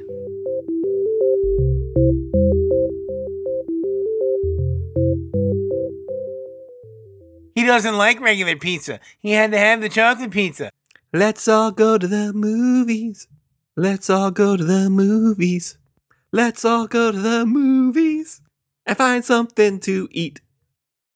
[SPEAKER 3] He doesn't like regular pizza. He had to have the chocolate pizza.
[SPEAKER 2] Let's all go to the movies. Let's all go to the movies. Let's all go to the movies and find something to eat.